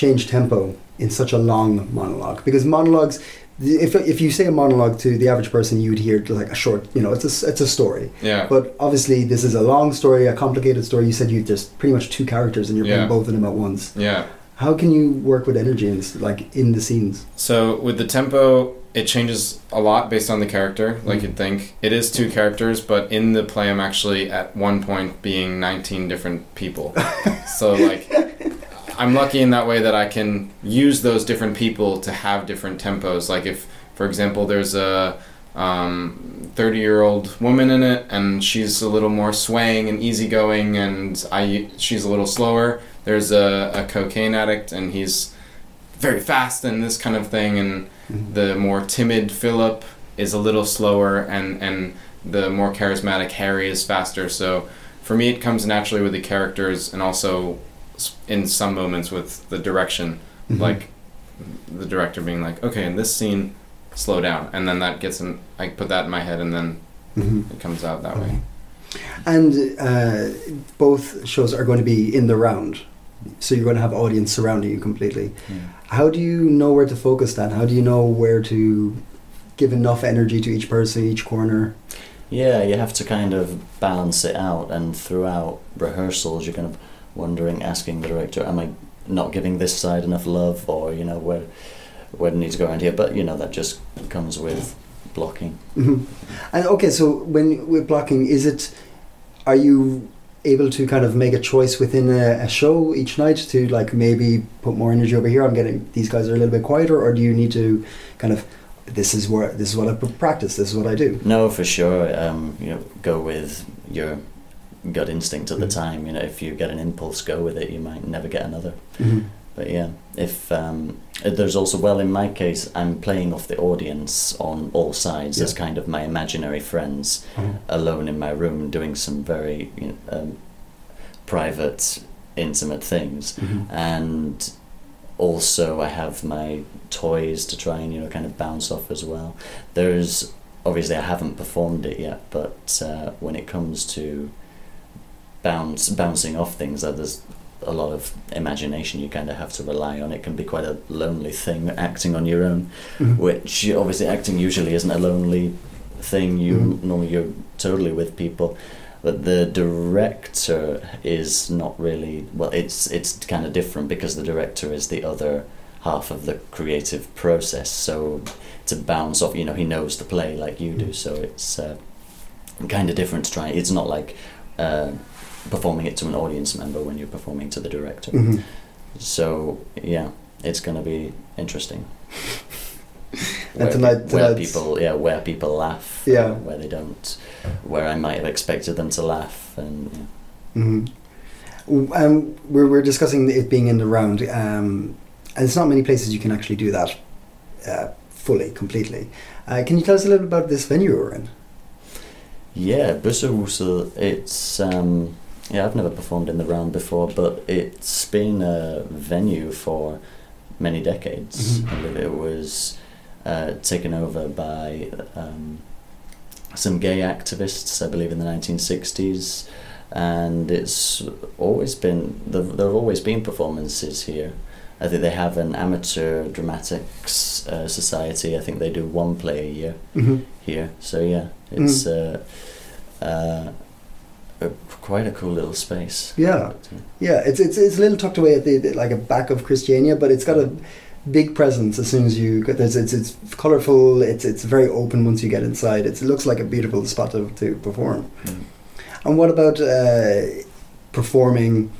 Speaker 2: change tempo in such a long monologue? Because monologues. the- If, if you say a monologue to the average person, you'd hear like a short, you know, it's a, it's a story.
Speaker 6: yeah.
Speaker 2: But obviously, this is a long story, a complicated story. You said you there's pretty much two characters, and you're playing
Speaker 6: Yeah.
Speaker 2: both of them at once.
Speaker 6: Yeah.
Speaker 2: How can you work with energy in, s- like in the scenes?
Speaker 6: So with the tempo, it changes a lot based on the character, like you'd think. It is two characters, but in the play, I'm actually at one point being 19 different people. so like, I'm lucky in that way that I can use those different people to have different tempos. Like if, for example, there's a um, 30 year old woman in it, and she's a little more swaying and easygoing, and I she's a little slower. There's a, a cocaine addict, and he's very fast and this kind of thing, and the more timid Philip is a little slower, and and the more charismatic Harry is faster. So for me, it comes naturally with the characters, and also s- in some moments with the direction,
Speaker 2: Mhm.
Speaker 6: like the director being like, okay, in this scene, slow down, and then that gets in. I put that in my head, and then
Speaker 2: Mhm.
Speaker 6: it comes out that way.
Speaker 2: And uh, both shows are going to be in the round, so you're going to have audience surrounding you completely. How do you know where to focus that? How do you know where to give enough energy to each person, each corner?
Speaker 5: Yeah, you have to kind of balance it out, and throughout rehearsals, you're kind of wondering, asking the director, "Am I not giving this side enough love?" Or you know, where where do I need to go around here? But you know, that just comes with blocking.
Speaker 2: Mhm. And okay, so when we're blocking, is it are you able to kind of make a choice within a, a show each night to like maybe put more energy over here? I'm getting these guys are a little bit quieter, or do you need to kind of this is where this is what I pr- practice, this is what I do.
Speaker 5: No, for sure. Um, you know, go with your gut instinct at the
Speaker 2: Mhm.
Speaker 5: time. You know, if you get an impulse, go with it. You might never get another. But yeah, if um, there's also well in my case, I'm playing off the audience on all sides as kind of my imaginary friends,
Speaker 2: Mhm.
Speaker 5: alone in my room doing some very you know, um, private, intimate things, and also I have my toys to try and you know kind of bounce off as well. There's obviously I haven't performed it yet, but uh, when it comes to bounce bouncing off things, uh, there's a lot of imagination you kind of have to rely on. It can be quite a lonely thing acting on your own,
Speaker 2: Mhm.
Speaker 5: which obviously acting usually isn't a lonely thing. You
Speaker 2: Mhm.
Speaker 5: normally you're totally with people. But the director is not really well. It's it's kind of different because the director is the other half of the creative process. So to bounce off, you know, he knows the play like you do. So it's uh, kind of different to try. It's not like uh, performing it to an audience member when you're performing to the director.
Speaker 2: Mhm.
Speaker 5: So yeah, it's gonna be
Speaker 2: [LAUGHS]
Speaker 5: interesting.
Speaker 2: And
Speaker 5: where, pe-
Speaker 2: tonight-
Speaker 5: where
Speaker 2: tonight's-
Speaker 5: people, yeah, where people laugh,
Speaker 2: Yeah.
Speaker 5: uh, where they don't, where I might have expected them to laugh, and yeah.
Speaker 2: Mhm. W Um, we're, we're discussing it being in the round, um, and it's not many places you can actually do that uh, fully, completely. Uh, can you tell us a little about this venue we're in?
Speaker 5: Yeah, Busuhusa, it's um yeah, I've never performed in the round before, but it's been a venue for many decades.
Speaker 2: Mhm.
Speaker 5: I believe it was uh, taken over by um, some gay activists, I believe, in the 1960s, and it's always been there. There have always been performances here. I think they have an amateur dramatics uh, society. I think they do one play a year
Speaker 2: Mm-hmm.
Speaker 5: here. So yeah, it's
Speaker 2: Hmm.
Speaker 5: uh, uh, a, quite a cool little space.
Speaker 2: Yeah.
Speaker 5: But, uh,
Speaker 2: Yeah, it's, it's it's a little tucked away at the, the like a back of Christiania, but it's got a big presence as soon as you get there's it's it's colorful, it's it's very open once you get inside. It's, it looks like a beautiful spot to, to perform.
Speaker 5: Mm.
Speaker 2: And what about uh, performing?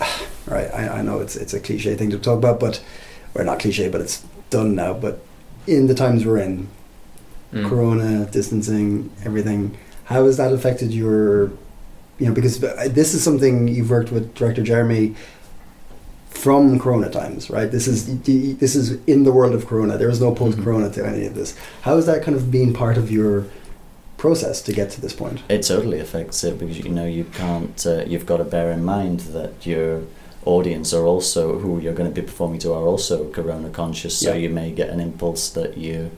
Speaker 2: [SIGHS] Right, I, I know it's it's a cliche thing to talk about, but or not cliche, but it's done now. But in the times we're in, Mm-hmm.
Speaker 6: Mm.
Speaker 2: Corona, distancing, everything. How has that affected your, you know, because uh, this is something you've worked with director Jeremy from Corona times, right? This is this is in the world of Corona. There is no post Corona to any of this. How has that kind of been part of your process to get to this point?
Speaker 5: It totally affects it because you know you can't. Uh, you've got to bear in mind that your audience are also who you're going to be performing to are also corona conscious. So
Speaker 2: Yeah.
Speaker 5: you may get an impulse that you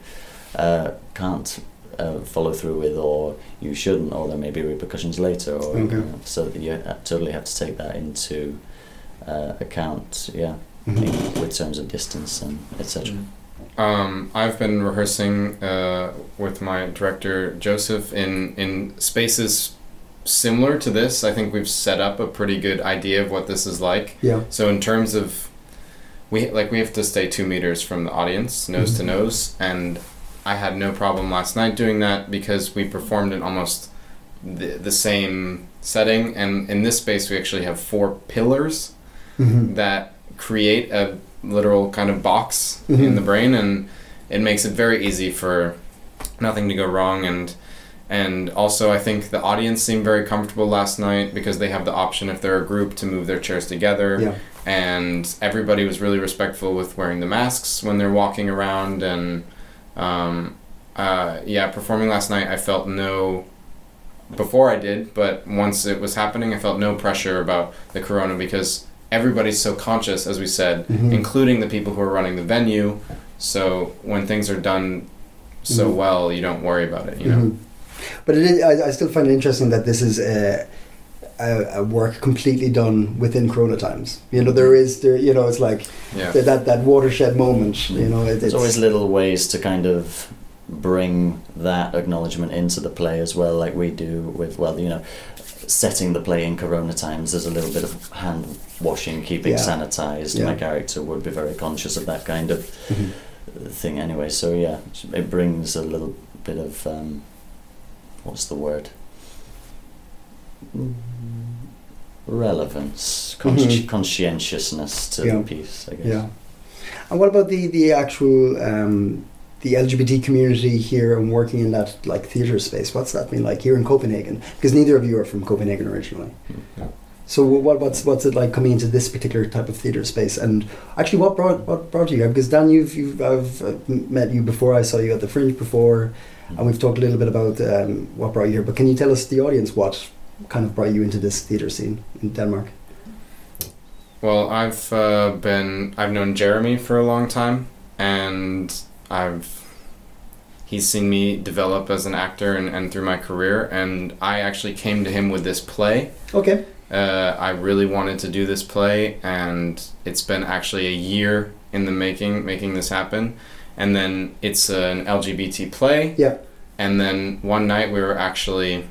Speaker 5: uh, can't uh, follow through with, or you shouldn't, or there may be repercussions later. Or you
Speaker 2: Okay.
Speaker 5: know, so that you uh, totally have to take that into uh, account. Yeah,
Speaker 2: Mhm.
Speaker 5: in- with terms of distance and etc.
Speaker 2: Mm.
Speaker 6: Um, I've been rehearsing uh, with my director Joseph in in spaces similar to this. I think we've set up a pretty good idea of what this is like.
Speaker 2: Yeah.
Speaker 6: So in terms of we like we have to stay two meters from the audience, nose to nose, and I had no problem last night doing that because we performed in almost the, the same setting, and in this space we actually have four pillars
Speaker 2: Mm-hmm.
Speaker 6: that create a literal kind of box
Speaker 2: Mhm.
Speaker 6: in the brain and it makes it very easy for nothing to go wrong and and also I think the audience seemed very comfortable last night because they have the option if they're a group to move their chairs together
Speaker 2: Yeah.
Speaker 6: and everybody was really respectful with wearing the masks when they're walking around and um, uh, yeah performing last night I felt no before I did but once it was happening I felt no pressure about the corona because everybody's so conscious as we said
Speaker 2: Mhm.
Speaker 6: including the people who are running the venue so when things are done so
Speaker 2: Mhm.
Speaker 6: well you don't worry about it you know
Speaker 2: Mhm. But it is, I, I still find it interesting that this is a, a, a work completely done within Corona times. You know, there is there. You know, it's like
Speaker 6: yeah
Speaker 2: that that, that watershed moment. You know, it, it's
Speaker 5: There's always little ways to kind of bring that acknowledgement into the play as well, like we do with, well, you know, setting the play in Corona times. There's a little bit of hand washing, keeping
Speaker 2: Yeah.
Speaker 5: sanitized.
Speaker 2: Yeah.
Speaker 5: My character would be very conscious of that kind of
Speaker 2: Mhm.
Speaker 5: thing anyway. So, yeah, it brings a little bit of, um, what's the word? Mm, Relevance, consci-
Speaker 2: Mhm.
Speaker 5: conscientiousness to
Speaker 2: Yeah.
Speaker 5: the piece, I guess.
Speaker 2: yeah. And what about the the actual um, the LGBT community here and working in that like theater space? What's that been like here in Copenhagen? Because neither of you are from Copenhagen originally. So what, what's what's it like coming into this particular type of theater space? And actually, what brought what brought you here? Because Dan, you've you've I've uh, m- met you before. I saw you at the Fringe before, and we've talked a little bit about um, what brought you here. But can you tell us the audience what kind of brought you into this theater scene in Denmark?
Speaker 6: Well, I've uh, been I've known Jeremy for a long time, and I've he's seen me develop as an actor and, and through my career. And I actually came to him with this play.
Speaker 2: Okay.
Speaker 6: Uh, I really wanted to do this play, and it's been actually a year in the making, making this happen. And then it's an LGBT play.
Speaker 2: Yeah.
Speaker 6: And then one night we were actually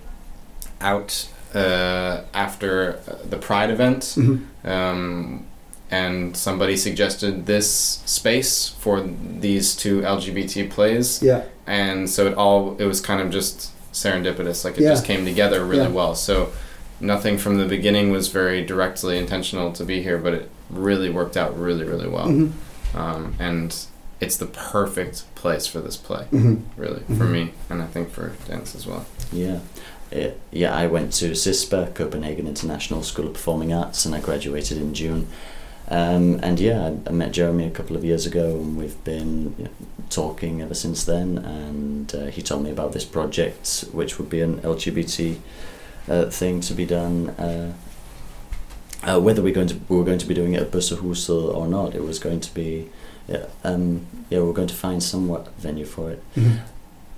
Speaker 6: out uh, after the Pride event
Speaker 2: Mhm.
Speaker 6: um, and somebody suggested this space for these two LGBT plays,
Speaker 2: Yeah.
Speaker 6: and so it all it was kind of just serendipitous, like it
Speaker 2: Yeah.
Speaker 6: just came together really
Speaker 2: Yeah.
Speaker 6: well. So nothing from the beginning was very directly intentional to be here, but it really worked out really really well,
Speaker 2: Mhm.
Speaker 6: um, and it's the perfect place for this play,
Speaker 2: Mhm.
Speaker 6: really for me, and I think for dance as well.
Speaker 5: Yeah. It, yeah, I went to CISPA, Copenhagen International School of Performing Arts, and I graduated in June. Um, and yeah, I, I met Jeremy a couple of years ago, and we've been you know, talking ever since then. And uh, he told me about this project, which would be an LGBT uh, thing to be done. Uh, uh, whether we're going to we were going to be doing it at Bussehusel or not, it was going to be yeah, um, yeah we are going to find somewhat venue for it.
Speaker 2: Mhm.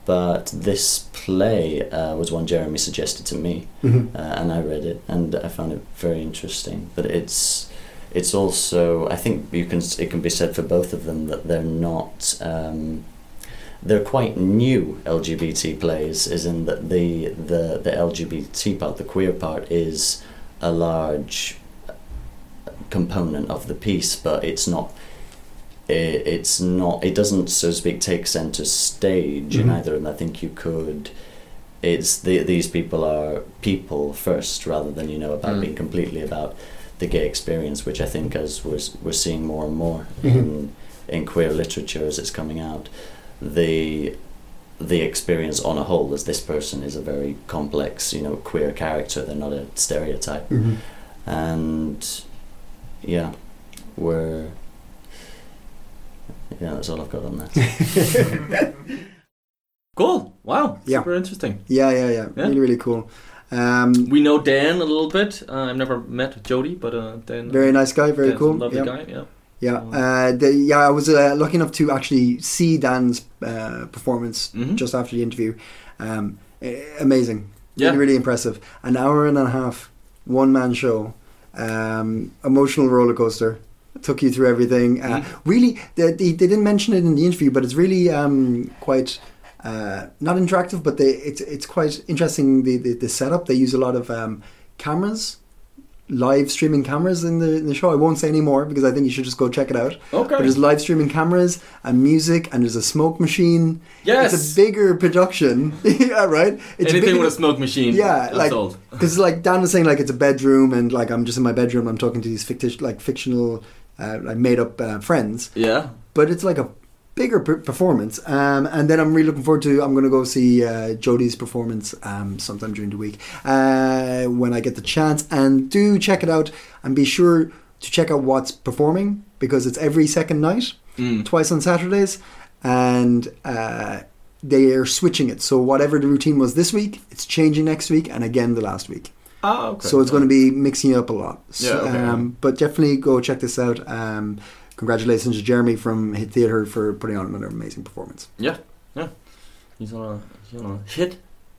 Speaker 5: But this play uh, was one Jeremy suggested to me,
Speaker 2: Mhm.
Speaker 5: uh, and I read it, and I found it very interesting. But it's it's also I think you can it can be said for both of them that they're not um, they're quite new LGBT plays, is in that the the the LGBT part, the queer part, is a large component of the piece, but it's not. It, it's not. It doesn't, so to speak, take center stage in
Speaker 2: Mhm.
Speaker 5: either. And I think you could. It's the, these people are people first, rather than you know about
Speaker 6: Mm.
Speaker 5: being completely about the gay experience, which I think as we're s- we're seeing more and more
Speaker 2: Mhm.
Speaker 5: in in queer literature as it's coming out, the the experience on a whole is this person is a very complex, you know, queer character. They're not a stereotype
Speaker 2: Mhm.
Speaker 5: and yeah, we're yeah. That's all I've got on that.
Speaker 3: Cool. Wow.
Speaker 2: Yeah.
Speaker 3: Super interesting.
Speaker 2: [LAUGHS] Yeah, yeah, yeah,
Speaker 3: Yeah.
Speaker 2: Really, really cool. Um,
Speaker 3: We know Dan a little bit. Uh, I've never met Jody, but uh, Dan.
Speaker 2: very nice guy. Very
Speaker 3: Dan's a
Speaker 2: cool.
Speaker 3: Lovely
Speaker 2: yeah.
Speaker 3: guy. Yeah.
Speaker 2: Yeah,
Speaker 3: Um,
Speaker 2: uh, the, yeah. I was uh, lucky enough to actually see Dan's uh, performance
Speaker 3: Mhm.
Speaker 2: just after the interview. Um, a- amazing,
Speaker 3: Yeah.
Speaker 2: really, really impressive. An hour and a half, one man show, um, emotional roller coaster. Took you through everything. Uh,
Speaker 3: Mhm.
Speaker 2: Really, they, they, they didn't mention it in the interview, but it's really um, quite uh, not interactive, but they it's it's quite interesting the the, the setup. They use a lot of um, cameras. Live streaming cameras in the, in the show. I won't say any more because I think you should just go check it out.
Speaker 3: Okay.
Speaker 2: But there's live streaming cameras and music, and there's a smoke machine.
Speaker 3: yes.
Speaker 2: It's a bigger production, [LAUGHS] yeah, right? It's
Speaker 3: Anything
Speaker 2: bigger,
Speaker 3: with a smoke machine.
Speaker 2: Yeah,
Speaker 3: I'm
Speaker 2: like-
Speaker 3: sold.
Speaker 2: because like Dan was saying, like it's a bedroom, and like I'm just in my bedroom, I'm talking to these fictitious, like fictional, uh, like made up uh, friends.
Speaker 3: Yeah.
Speaker 2: But it's like a bigger per- performance, um, and then I'm really looking forward to. I'm gonna go see uh, Jodie's performance um, sometime during the week uh, when I get the chance, and do check it out, and be sure to check out what's performing because it's every second night
Speaker 3: Mm.
Speaker 2: twice on Saturdays, and uh, they are switching it. So whatever the routine was this week, it's changing next week, and again the last week.
Speaker 3: Ah, okay.
Speaker 2: So it's going to be mixing it up a lot.
Speaker 3: Yeah,
Speaker 2: So,
Speaker 3: okay.
Speaker 2: um, but definitely go check this out. Um, congratulations to Jeremy from Hit Theatre for putting on another amazing performance.
Speaker 3: He's on a, he's on a hit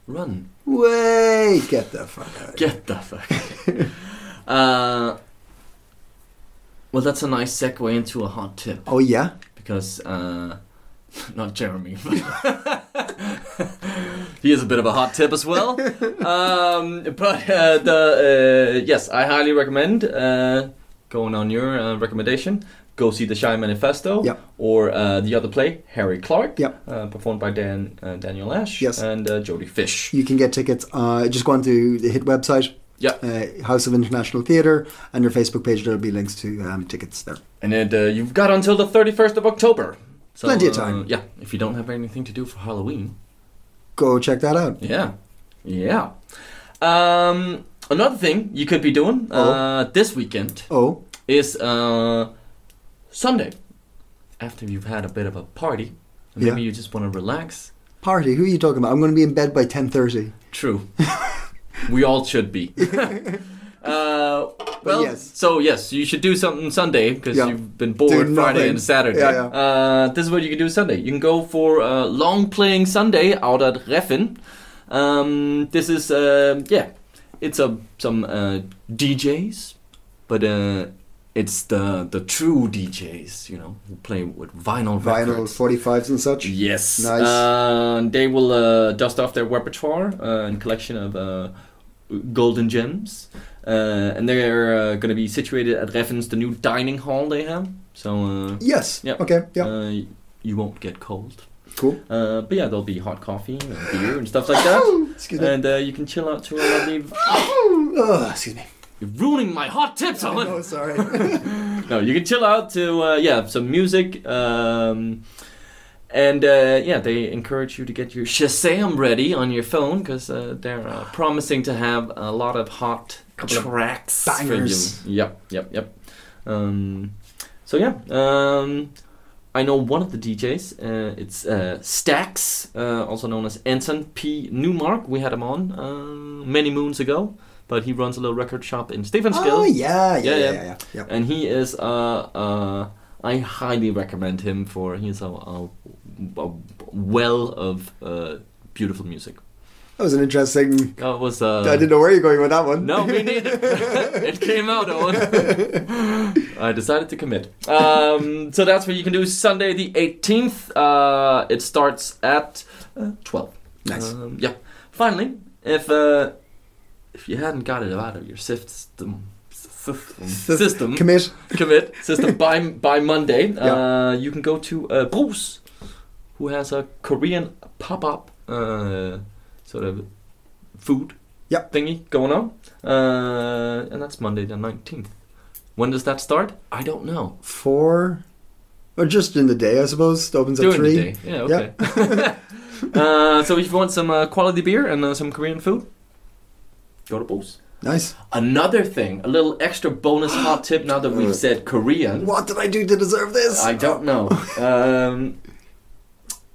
Speaker 3: run.
Speaker 2: Way get the fuck out. of here.
Speaker 3: Get the
Speaker 2: [LAUGHS]
Speaker 3: fuck. uh, well, that's a nice segue into a hot tip
Speaker 2: Oh yeah,
Speaker 3: because uh, [LAUGHS] not Jeremy. [LAUGHS] he is a bit of a hot tip as well. Um, but uh, the uh, yes, I highly recommend uh, going on your uh, recommendation. Go see the Shy Manifesto
Speaker 2: Yep.
Speaker 3: or uh, the other play, Harry Clark,
Speaker 2: Yep.
Speaker 3: uh, performed by Dan uh, Daniel Ash
Speaker 2: Yes.
Speaker 3: and uh, Jodie Fish.
Speaker 2: you can get tickets. Uh, just go onto the Hit website.
Speaker 3: Yeah.
Speaker 2: Uh, House of International Theatre and their Facebook page. There'll be links to um, tickets there.
Speaker 3: And it, uh, you've got until the 31st of October. So,
Speaker 2: Plenty of
Speaker 3: uh,
Speaker 2: time.
Speaker 3: yeah, if you don't have anything to do for Halloween.
Speaker 2: Go check that out.
Speaker 3: Yeah. Yeah. Um, Another thing you could be doing uh, this weekend
Speaker 2: Oh,
Speaker 3: is uh, Sunday. After you've had a bit of a party, maybe
Speaker 2: Yeah.
Speaker 3: you just want to relax.
Speaker 2: party. Who are you talking about? I'm going to be in bed by 10:30.
Speaker 3: True. [LAUGHS] we all should be. [LAUGHS] uh, well,
Speaker 2: yes.
Speaker 3: so yes, you should do something Sunday because
Speaker 2: Yeah.
Speaker 3: you've been bored
Speaker 2: Do
Speaker 3: Friday
Speaker 2: nothing.
Speaker 3: and Saturday.
Speaker 2: Yeah, yeah.
Speaker 3: Uh, this is what you can do Sunday. You can go for a long playing Sunday out at Reffen. Um, this is uh, yeah, it's a some uh, DJs, but uh, it's the the true DJs, you know, who play with vinyl
Speaker 2: Vinyl
Speaker 3: records.
Speaker 2: 45s and such.
Speaker 3: Yes.
Speaker 2: Nice.
Speaker 3: Uh, they will uh, dust off their repertoire uh, and collection of uh, golden gems. Uh, and they're uh, going to be situated at Reffen's, the new dining hall they have. So uh,
Speaker 2: Yes.
Speaker 3: Yep.
Speaker 2: Okay. Yeah.
Speaker 3: uh, you won't get cold.
Speaker 2: cool.
Speaker 3: Uh, but yeah, there'll be hot coffee and beer and stuff
Speaker 2: [LAUGHS]
Speaker 3: like that.
Speaker 2: Excuse me.
Speaker 3: and uh, you can chill out to a lovely.
Speaker 2: Ugh, excuse me.
Speaker 3: You're ruining my hot tips, Owen!
Speaker 2: Oh,
Speaker 3: [LAUGHS]
Speaker 2: sorry.
Speaker 3: no, you can chill out to uh, yeah some music, um, and uh, yeah, they encourage you to get your [LAUGHS] Shazam ready on your phone because uh, they're uh, promising to have a lot of hot
Speaker 2: Couple of
Speaker 3: tracks
Speaker 2: bangers.
Speaker 3: for you. Yep, yep, yep. Um, so yeah, um, I know one of the DJs. Uh, it's uh, Stax, uh, also known as Anton P. Newmark. We had him on uh, many moons ago. But he runs a little record shop in Stephenskill.
Speaker 2: oh yeah, yeah,
Speaker 3: Yeah,
Speaker 2: yeah,
Speaker 3: yeah.
Speaker 2: yeah. yeah.
Speaker 3: And he is, uh, uh, I highly recommend him for, he's a, a, a well of uh, beautiful music.
Speaker 2: That was an interesting.
Speaker 3: That was, uh,
Speaker 2: I didn't know where you're going with that one.
Speaker 3: no,
Speaker 2: [LAUGHS]
Speaker 3: me neither. it came out, Owen. I decided to commit. Um, so that's what you can do Sunday the 18th. Uh, it starts at uh, 12.
Speaker 2: Nice.
Speaker 3: Um, yeah. Finally, if uh, if you hadn't got it out of your system, system, system
Speaker 2: Commit.
Speaker 3: commit [LAUGHS] system by by Monday.
Speaker 2: Yeah.
Speaker 3: Uh, you can go to uh, Bruce, who has a Korean pop up uh, sort of food
Speaker 2: Yeah.
Speaker 3: thingy going on, uh, and that's Monday the nineteenth. When does that start? I don't know.
Speaker 2: Four. Or just in the day, I suppose. Opens at
Speaker 3: During
Speaker 2: three.
Speaker 3: the day. Yeah. Okay. [LAUGHS] uh, so if you want some uh, quality beer and uh, some Korean food, go to Bruce.
Speaker 2: Nice.
Speaker 3: Another thing, a little extra bonus hot tip now that we've said Korean.
Speaker 2: What did I do to deserve this?
Speaker 3: I don't know. Um,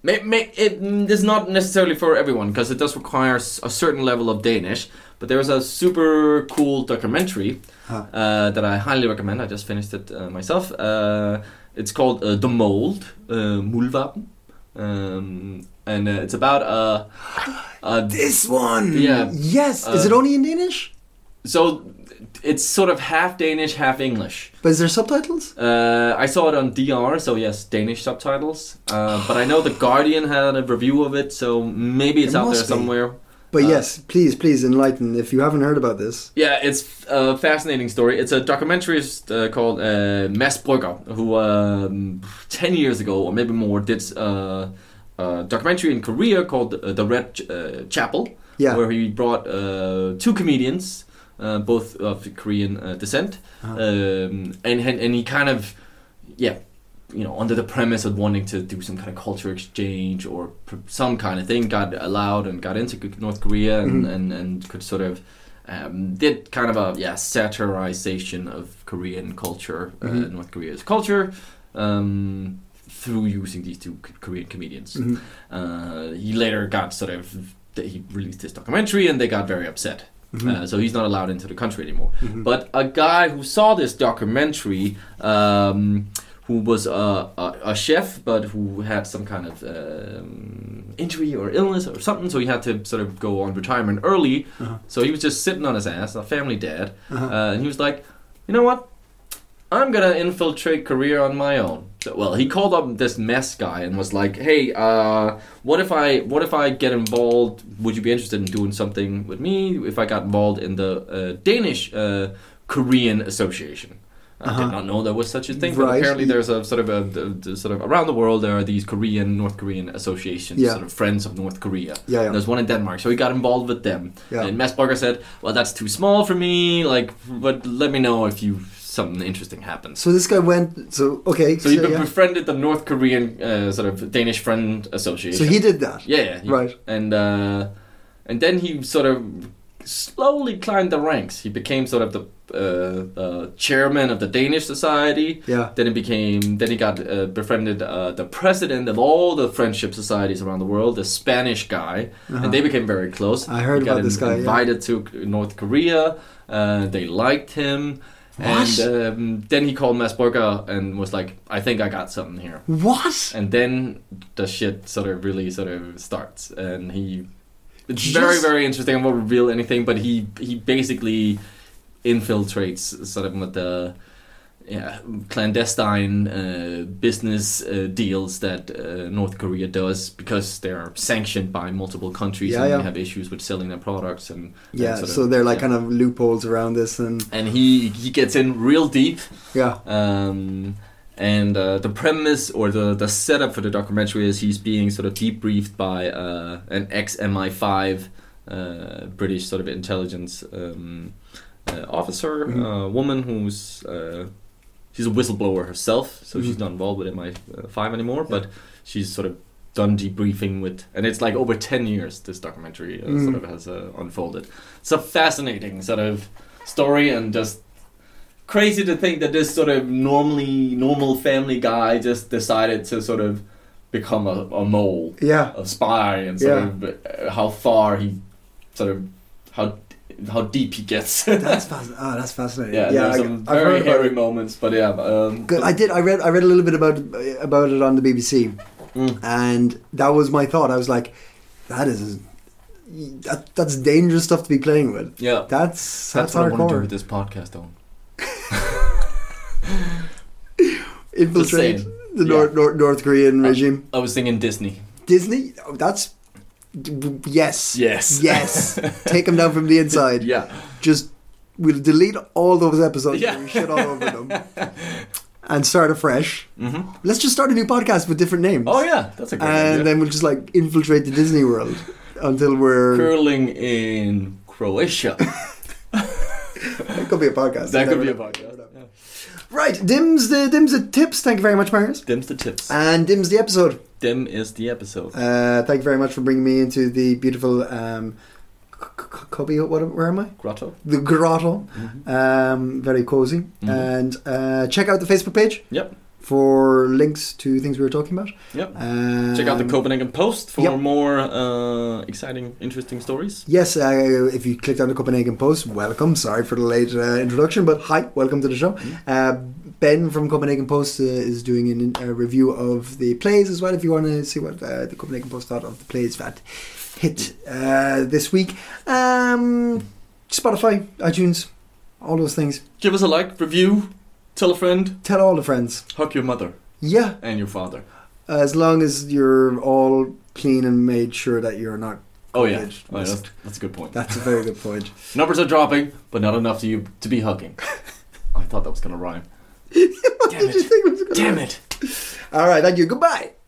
Speaker 3: may, may, it mm, is not necessarily for everyone because it does require s- a certain level of Danish. But there's a super cool documentary
Speaker 2: Huh.
Speaker 3: uh, that I highly recommend. I just finished it uh, myself. Uh, it's called uh, The Mold, uh, Mulvapen. Um, and uh, it's about a. a
Speaker 2: This one.
Speaker 3: Yeah.
Speaker 2: Yes. Is
Speaker 3: Uh,
Speaker 2: it only in Danish?
Speaker 3: so it's sort of half Danish, half English.
Speaker 2: But is there subtitles?
Speaker 3: Uh, I saw it on DR, so yes, Danish subtitles. Uh, but I know the Guardian had a review of it, so maybe it's
Speaker 2: It
Speaker 3: out there
Speaker 2: must be.
Speaker 3: somewhere.
Speaker 2: But
Speaker 3: Uh,
Speaker 2: yes, please, please enlighten if you haven't heard about this.
Speaker 3: Yeah, it's a fascinating story. It's a documentary uh, called uh, Mass Brugger, who um, 10 years ago, or maybe more, did uh, a documentary in Korea called uh, The Red Ch- uh, Chapel,
Speaker 2: Yeah.
Speaker 3: where he brought uh, two comedians, uh, both of Korean uh, descent,
Speaker 2: Uh-huh.
Speaker 3: um, and, and and he kind of, yeah, you know, under the premise of wanting to do some kind of culture exchange or pr- some kind of thing, got allowed and got into North Korea and and, and could sort of. Um, did kind of a yeah satirization of Korean culture, uh,
Speaker 2: Mhm.
Speaker 3: North Korea's culture, um, through using these two K- Korean comedians.
Speaker 2: Mhm.
Speaker 3: Uh, he later got sort of he released this documentary and they got very upset.
Speaker 2: Mhm.
Speaker 3: Uh, so he's not allowed into the country anymore.
Speaker 2: Mhm.
Speaker 3: But a guy who saw this documentary, um, who was a, a, a chef, but who had some kind of um, injury or illness or something, so he had to sort of go on retirement early.
Speaker 2: Uh-huh.
Speaker 3: So he was just sitting on his ass, a family dad,
Speaker 2: Uh-huh.
Speaker 3: uh, and he was like, you know what? I'm gonna infiltrate career on my own. So, well, he called up this mess guy and was like, "Hey, uh, what if I what if I get involved? Would you be interested in doing something with me if I got involved in the uh, Danish uh, Korean Association?" I
Speaker 2: Uh-huh.
Speaker 3: did not know there was such a thing, but
Speaker 2: Right.
Speaker 3: apparently there's a sort of a, the- the sort of around the world there are these Korean North Korean associations,
Speaker 2: Yeah.
Speaker 3: sort of friends of North Korea.
Speaker 2: Yeah, yeah.
Speaker 3: There's one in Denmark, so he got involved with them.
Speaker 2: Yeah.
Speaker 3: And Messbarger said, "Well, that's too small for me. Like, but let me know if you something interesting happens."
Speaker 2: So this guy went. So okay.
Speaker 3: So he be-
Speaker 2: yeah.
Speaker 3: befriended the North Korean uh, sort of Danish Friend Association.
Speaker 2: So he did that.
Speaker 3: yeah, yeah, he-
Speaker 2: Right.
Speaker 3: and uh, and then he sort of slowly climbed the ranks. He became sort of the uh, uh, chairman of the Danish society.
Speaker 2: Yeah.
Speaker 3: Then he became. Then he got uh, befriended uh, the president of all the friendship societies around the world, the Spanish guy,
Speaker 2: Uh-huh.
Speaker 3: and they became very close.
Speaker 2: I heard
Speaker 3: He got
Speaker 2: about this
Speaker 3: in-
Speaker 2: guy, yeah.
Speaker 3: Invited to North Korea. Uh, they liked him.
Speaker 2: What?
Speaker 3: And um, then he called Masborga and was like, "I think I got something here."
Speaker 2: What?
Speaker 3: And then the shit sort of really sort of starts, and he. It's
Speaker 2: Just-
Speaker 3: very very interesting. I won't reveal anything, but he he basically infiltrates sort of with the yeah clandestine uh, business uh, deals that uh, North Korea does because they're sanctioned by multiple countries
Speaker 2: Yeah,
Speaker 3: and
Speaker 2: yeah.
Speaker 3: they have issues with selling their products and
Speaker 2: Yeah,
Speaker 3: and sort
Speaker 2: so
Speaker 3: of-
Speaker 2: they're like
Speaker 3: yeah.
Speaker 2: kind of loopholes around this, and
Speaker 3: and he he gets in real deep
Speaker 2: yeah,
Speaker 3: um, and uh, the premise or the, the setup for the documentary is he's being sort of debriefed by uh, an ex MI5 uh, British sort of intelligence um, uh, officer, uh, woman who's. Uh, She's a whistleblower herself, so she's
Speaker 2: Mhm.
Speaker 3: not involved with MI5 anymore, but she's sort of done debriefing with. And it's like over 10 years this documentary uh, sort
Speaker 2: Mm.
Speaker 3: of has uh, unfolded. It's a fascinating sort of story and just crazy to think that this sort of normally normal family guy just decided to sort of become a, a mole,
Speaker 2: yeah,
Speaker 3: a spy, and sort
Speaker 2: Yeah.
Speaker 3: of uh, how far he sort of how how deep he gets. [LAUGHS] yeah,
Speaker 2: that's [LAUGHS] fascinating. Oh, that's fascinating.
Speaker 3: yeah,
Speaker 2: yeah
Speaker 3: there's
Speaker 2: I,
Speaker 3: some
Speaker 2: I've
Speaker 3: very
Speaker 2: heard about
Speaker 3: hairy
Speaker 2: it.
Speaker 3: moments, but yeah, um,
Speaker 2: Good. I did. I read. I read a little bit about about it on the BBC,
Speaker 3: Mm.
Speaker 2: and that was my thought. I was like, that is that, that's dangerous stuff to be playing with.
Speaker 3: yeah.
Speaker 2: That's that's,
Speaker 3: That's, what I want to do
Speaker 2: hardcore.
Speaker 3: with this podcast, though.
Speaker 2: Infiltrate
Speaker 3: Just saying.
Speaker 2: the
Speaker 3: Yeah.
Speaker 2: North, North North Korean
Speaker 3: Uh,
Speaker 2: regime.
Speaker 3: I was thinking Disney.
Speaker 2: Disney. Oh, that's yes.
Speaker 3: Yes. [LAUGHS]
Speaker 2: Yes. Take them down from the inside.
Speaker 3: Yeah.
Speaker 2: Just we'll delete all those episodes.
Speaker 3: Yeah.
Speaker 2: Yeah. We shit all over
Speaker 3: [LAUGHS]
Speaker 2: them. And start afresh.
Speaker 3: hmm
Speaker 2: Let's just start a new podcast with different names.
Speaker 3: Oh yeah, that's a great idea.
Speaker 2: And then we'll just like infiltrate the Disney world until we're.
Speaker 3: Curling in
Speaker 2: [LAUGHS]
Speaker 3: Croatia.
Speaker 2: That could be a podcast.
Speaker 3: that could be
Speaker 2: Never
Speaker 3: a
Speaker 2: know.
Speaker 3: podcast.
Speaker 2: Never know.
Speaker 3: Yeah.
Speaker 2: Right, dims the dims the tips. Thank you very much, Marius.
Speaker 3: Them's the tips.
Speaker 2: And dims the episode.
Speaker 3: Them is the episode.
Speaker 2: Uh, thank you very much for bringing me into the beautiful um, c- c- c- cubby. What? Where am I?
Speaker 3: Grotto.
Speaker 2: The grotto.
Speaker 3: Mm-hmm.
Speaker 2: Um, very cozy.
Speaker 3: Mhm.
Speaker 2: And uh, check out the Facebook page.
Speaker 3: Yep.
Speaker 2: For links to things we were talking about.
Speaker 3: Yep.
Speaker 2: Um,
Speaker 3: Check out the Copenhagen Post for
Speaker 2: yep.
Speaker 3: more uh, exciting, interesting stories.
Speaker 2: Yes, uh, if you clicked on the Copenhagen Post, welcome. Sorry for the late uh, introduction, but hi, welcome to the show.
Speaker 3: Mm-hmm.
Speaker 2: Uh, ben from Copenhagen Post uh, is doing an, a review of the plays as well. If you want to see what uh, the Copenhagen Post thought of the plays that hit uh, this week, um, Spotify, iTunes, all those things.
Speaker 3: Give us a like, review, tell a friend,
Speaker 2: Tell all the friends.
Speaker 3: hug your mother
Speaker 2: Yeah,
Speaker 3: and your father.
Speaker 2: Uh, as long as you're all clean and made sure that you're not.
Speaker 3: Oh yeah,
Speaker 2: COVID.
Speaker 3: Oh, yeah, that's, that's a good point.
Speaker 2: That's a very good point.
Speaker 3: Numbers are dropping, but not enough to you to be [LAUGHS] hugging. I thought that was gonna rhyme.
Speaker 2: What
Speaker 3: Damn
Speaker 2: [LAUGHS] did
Speaker 3: it.
Speaker 2: you think was going
Speaker 3: Damn it.
Speaker 2: All right, thank you. Goodbye.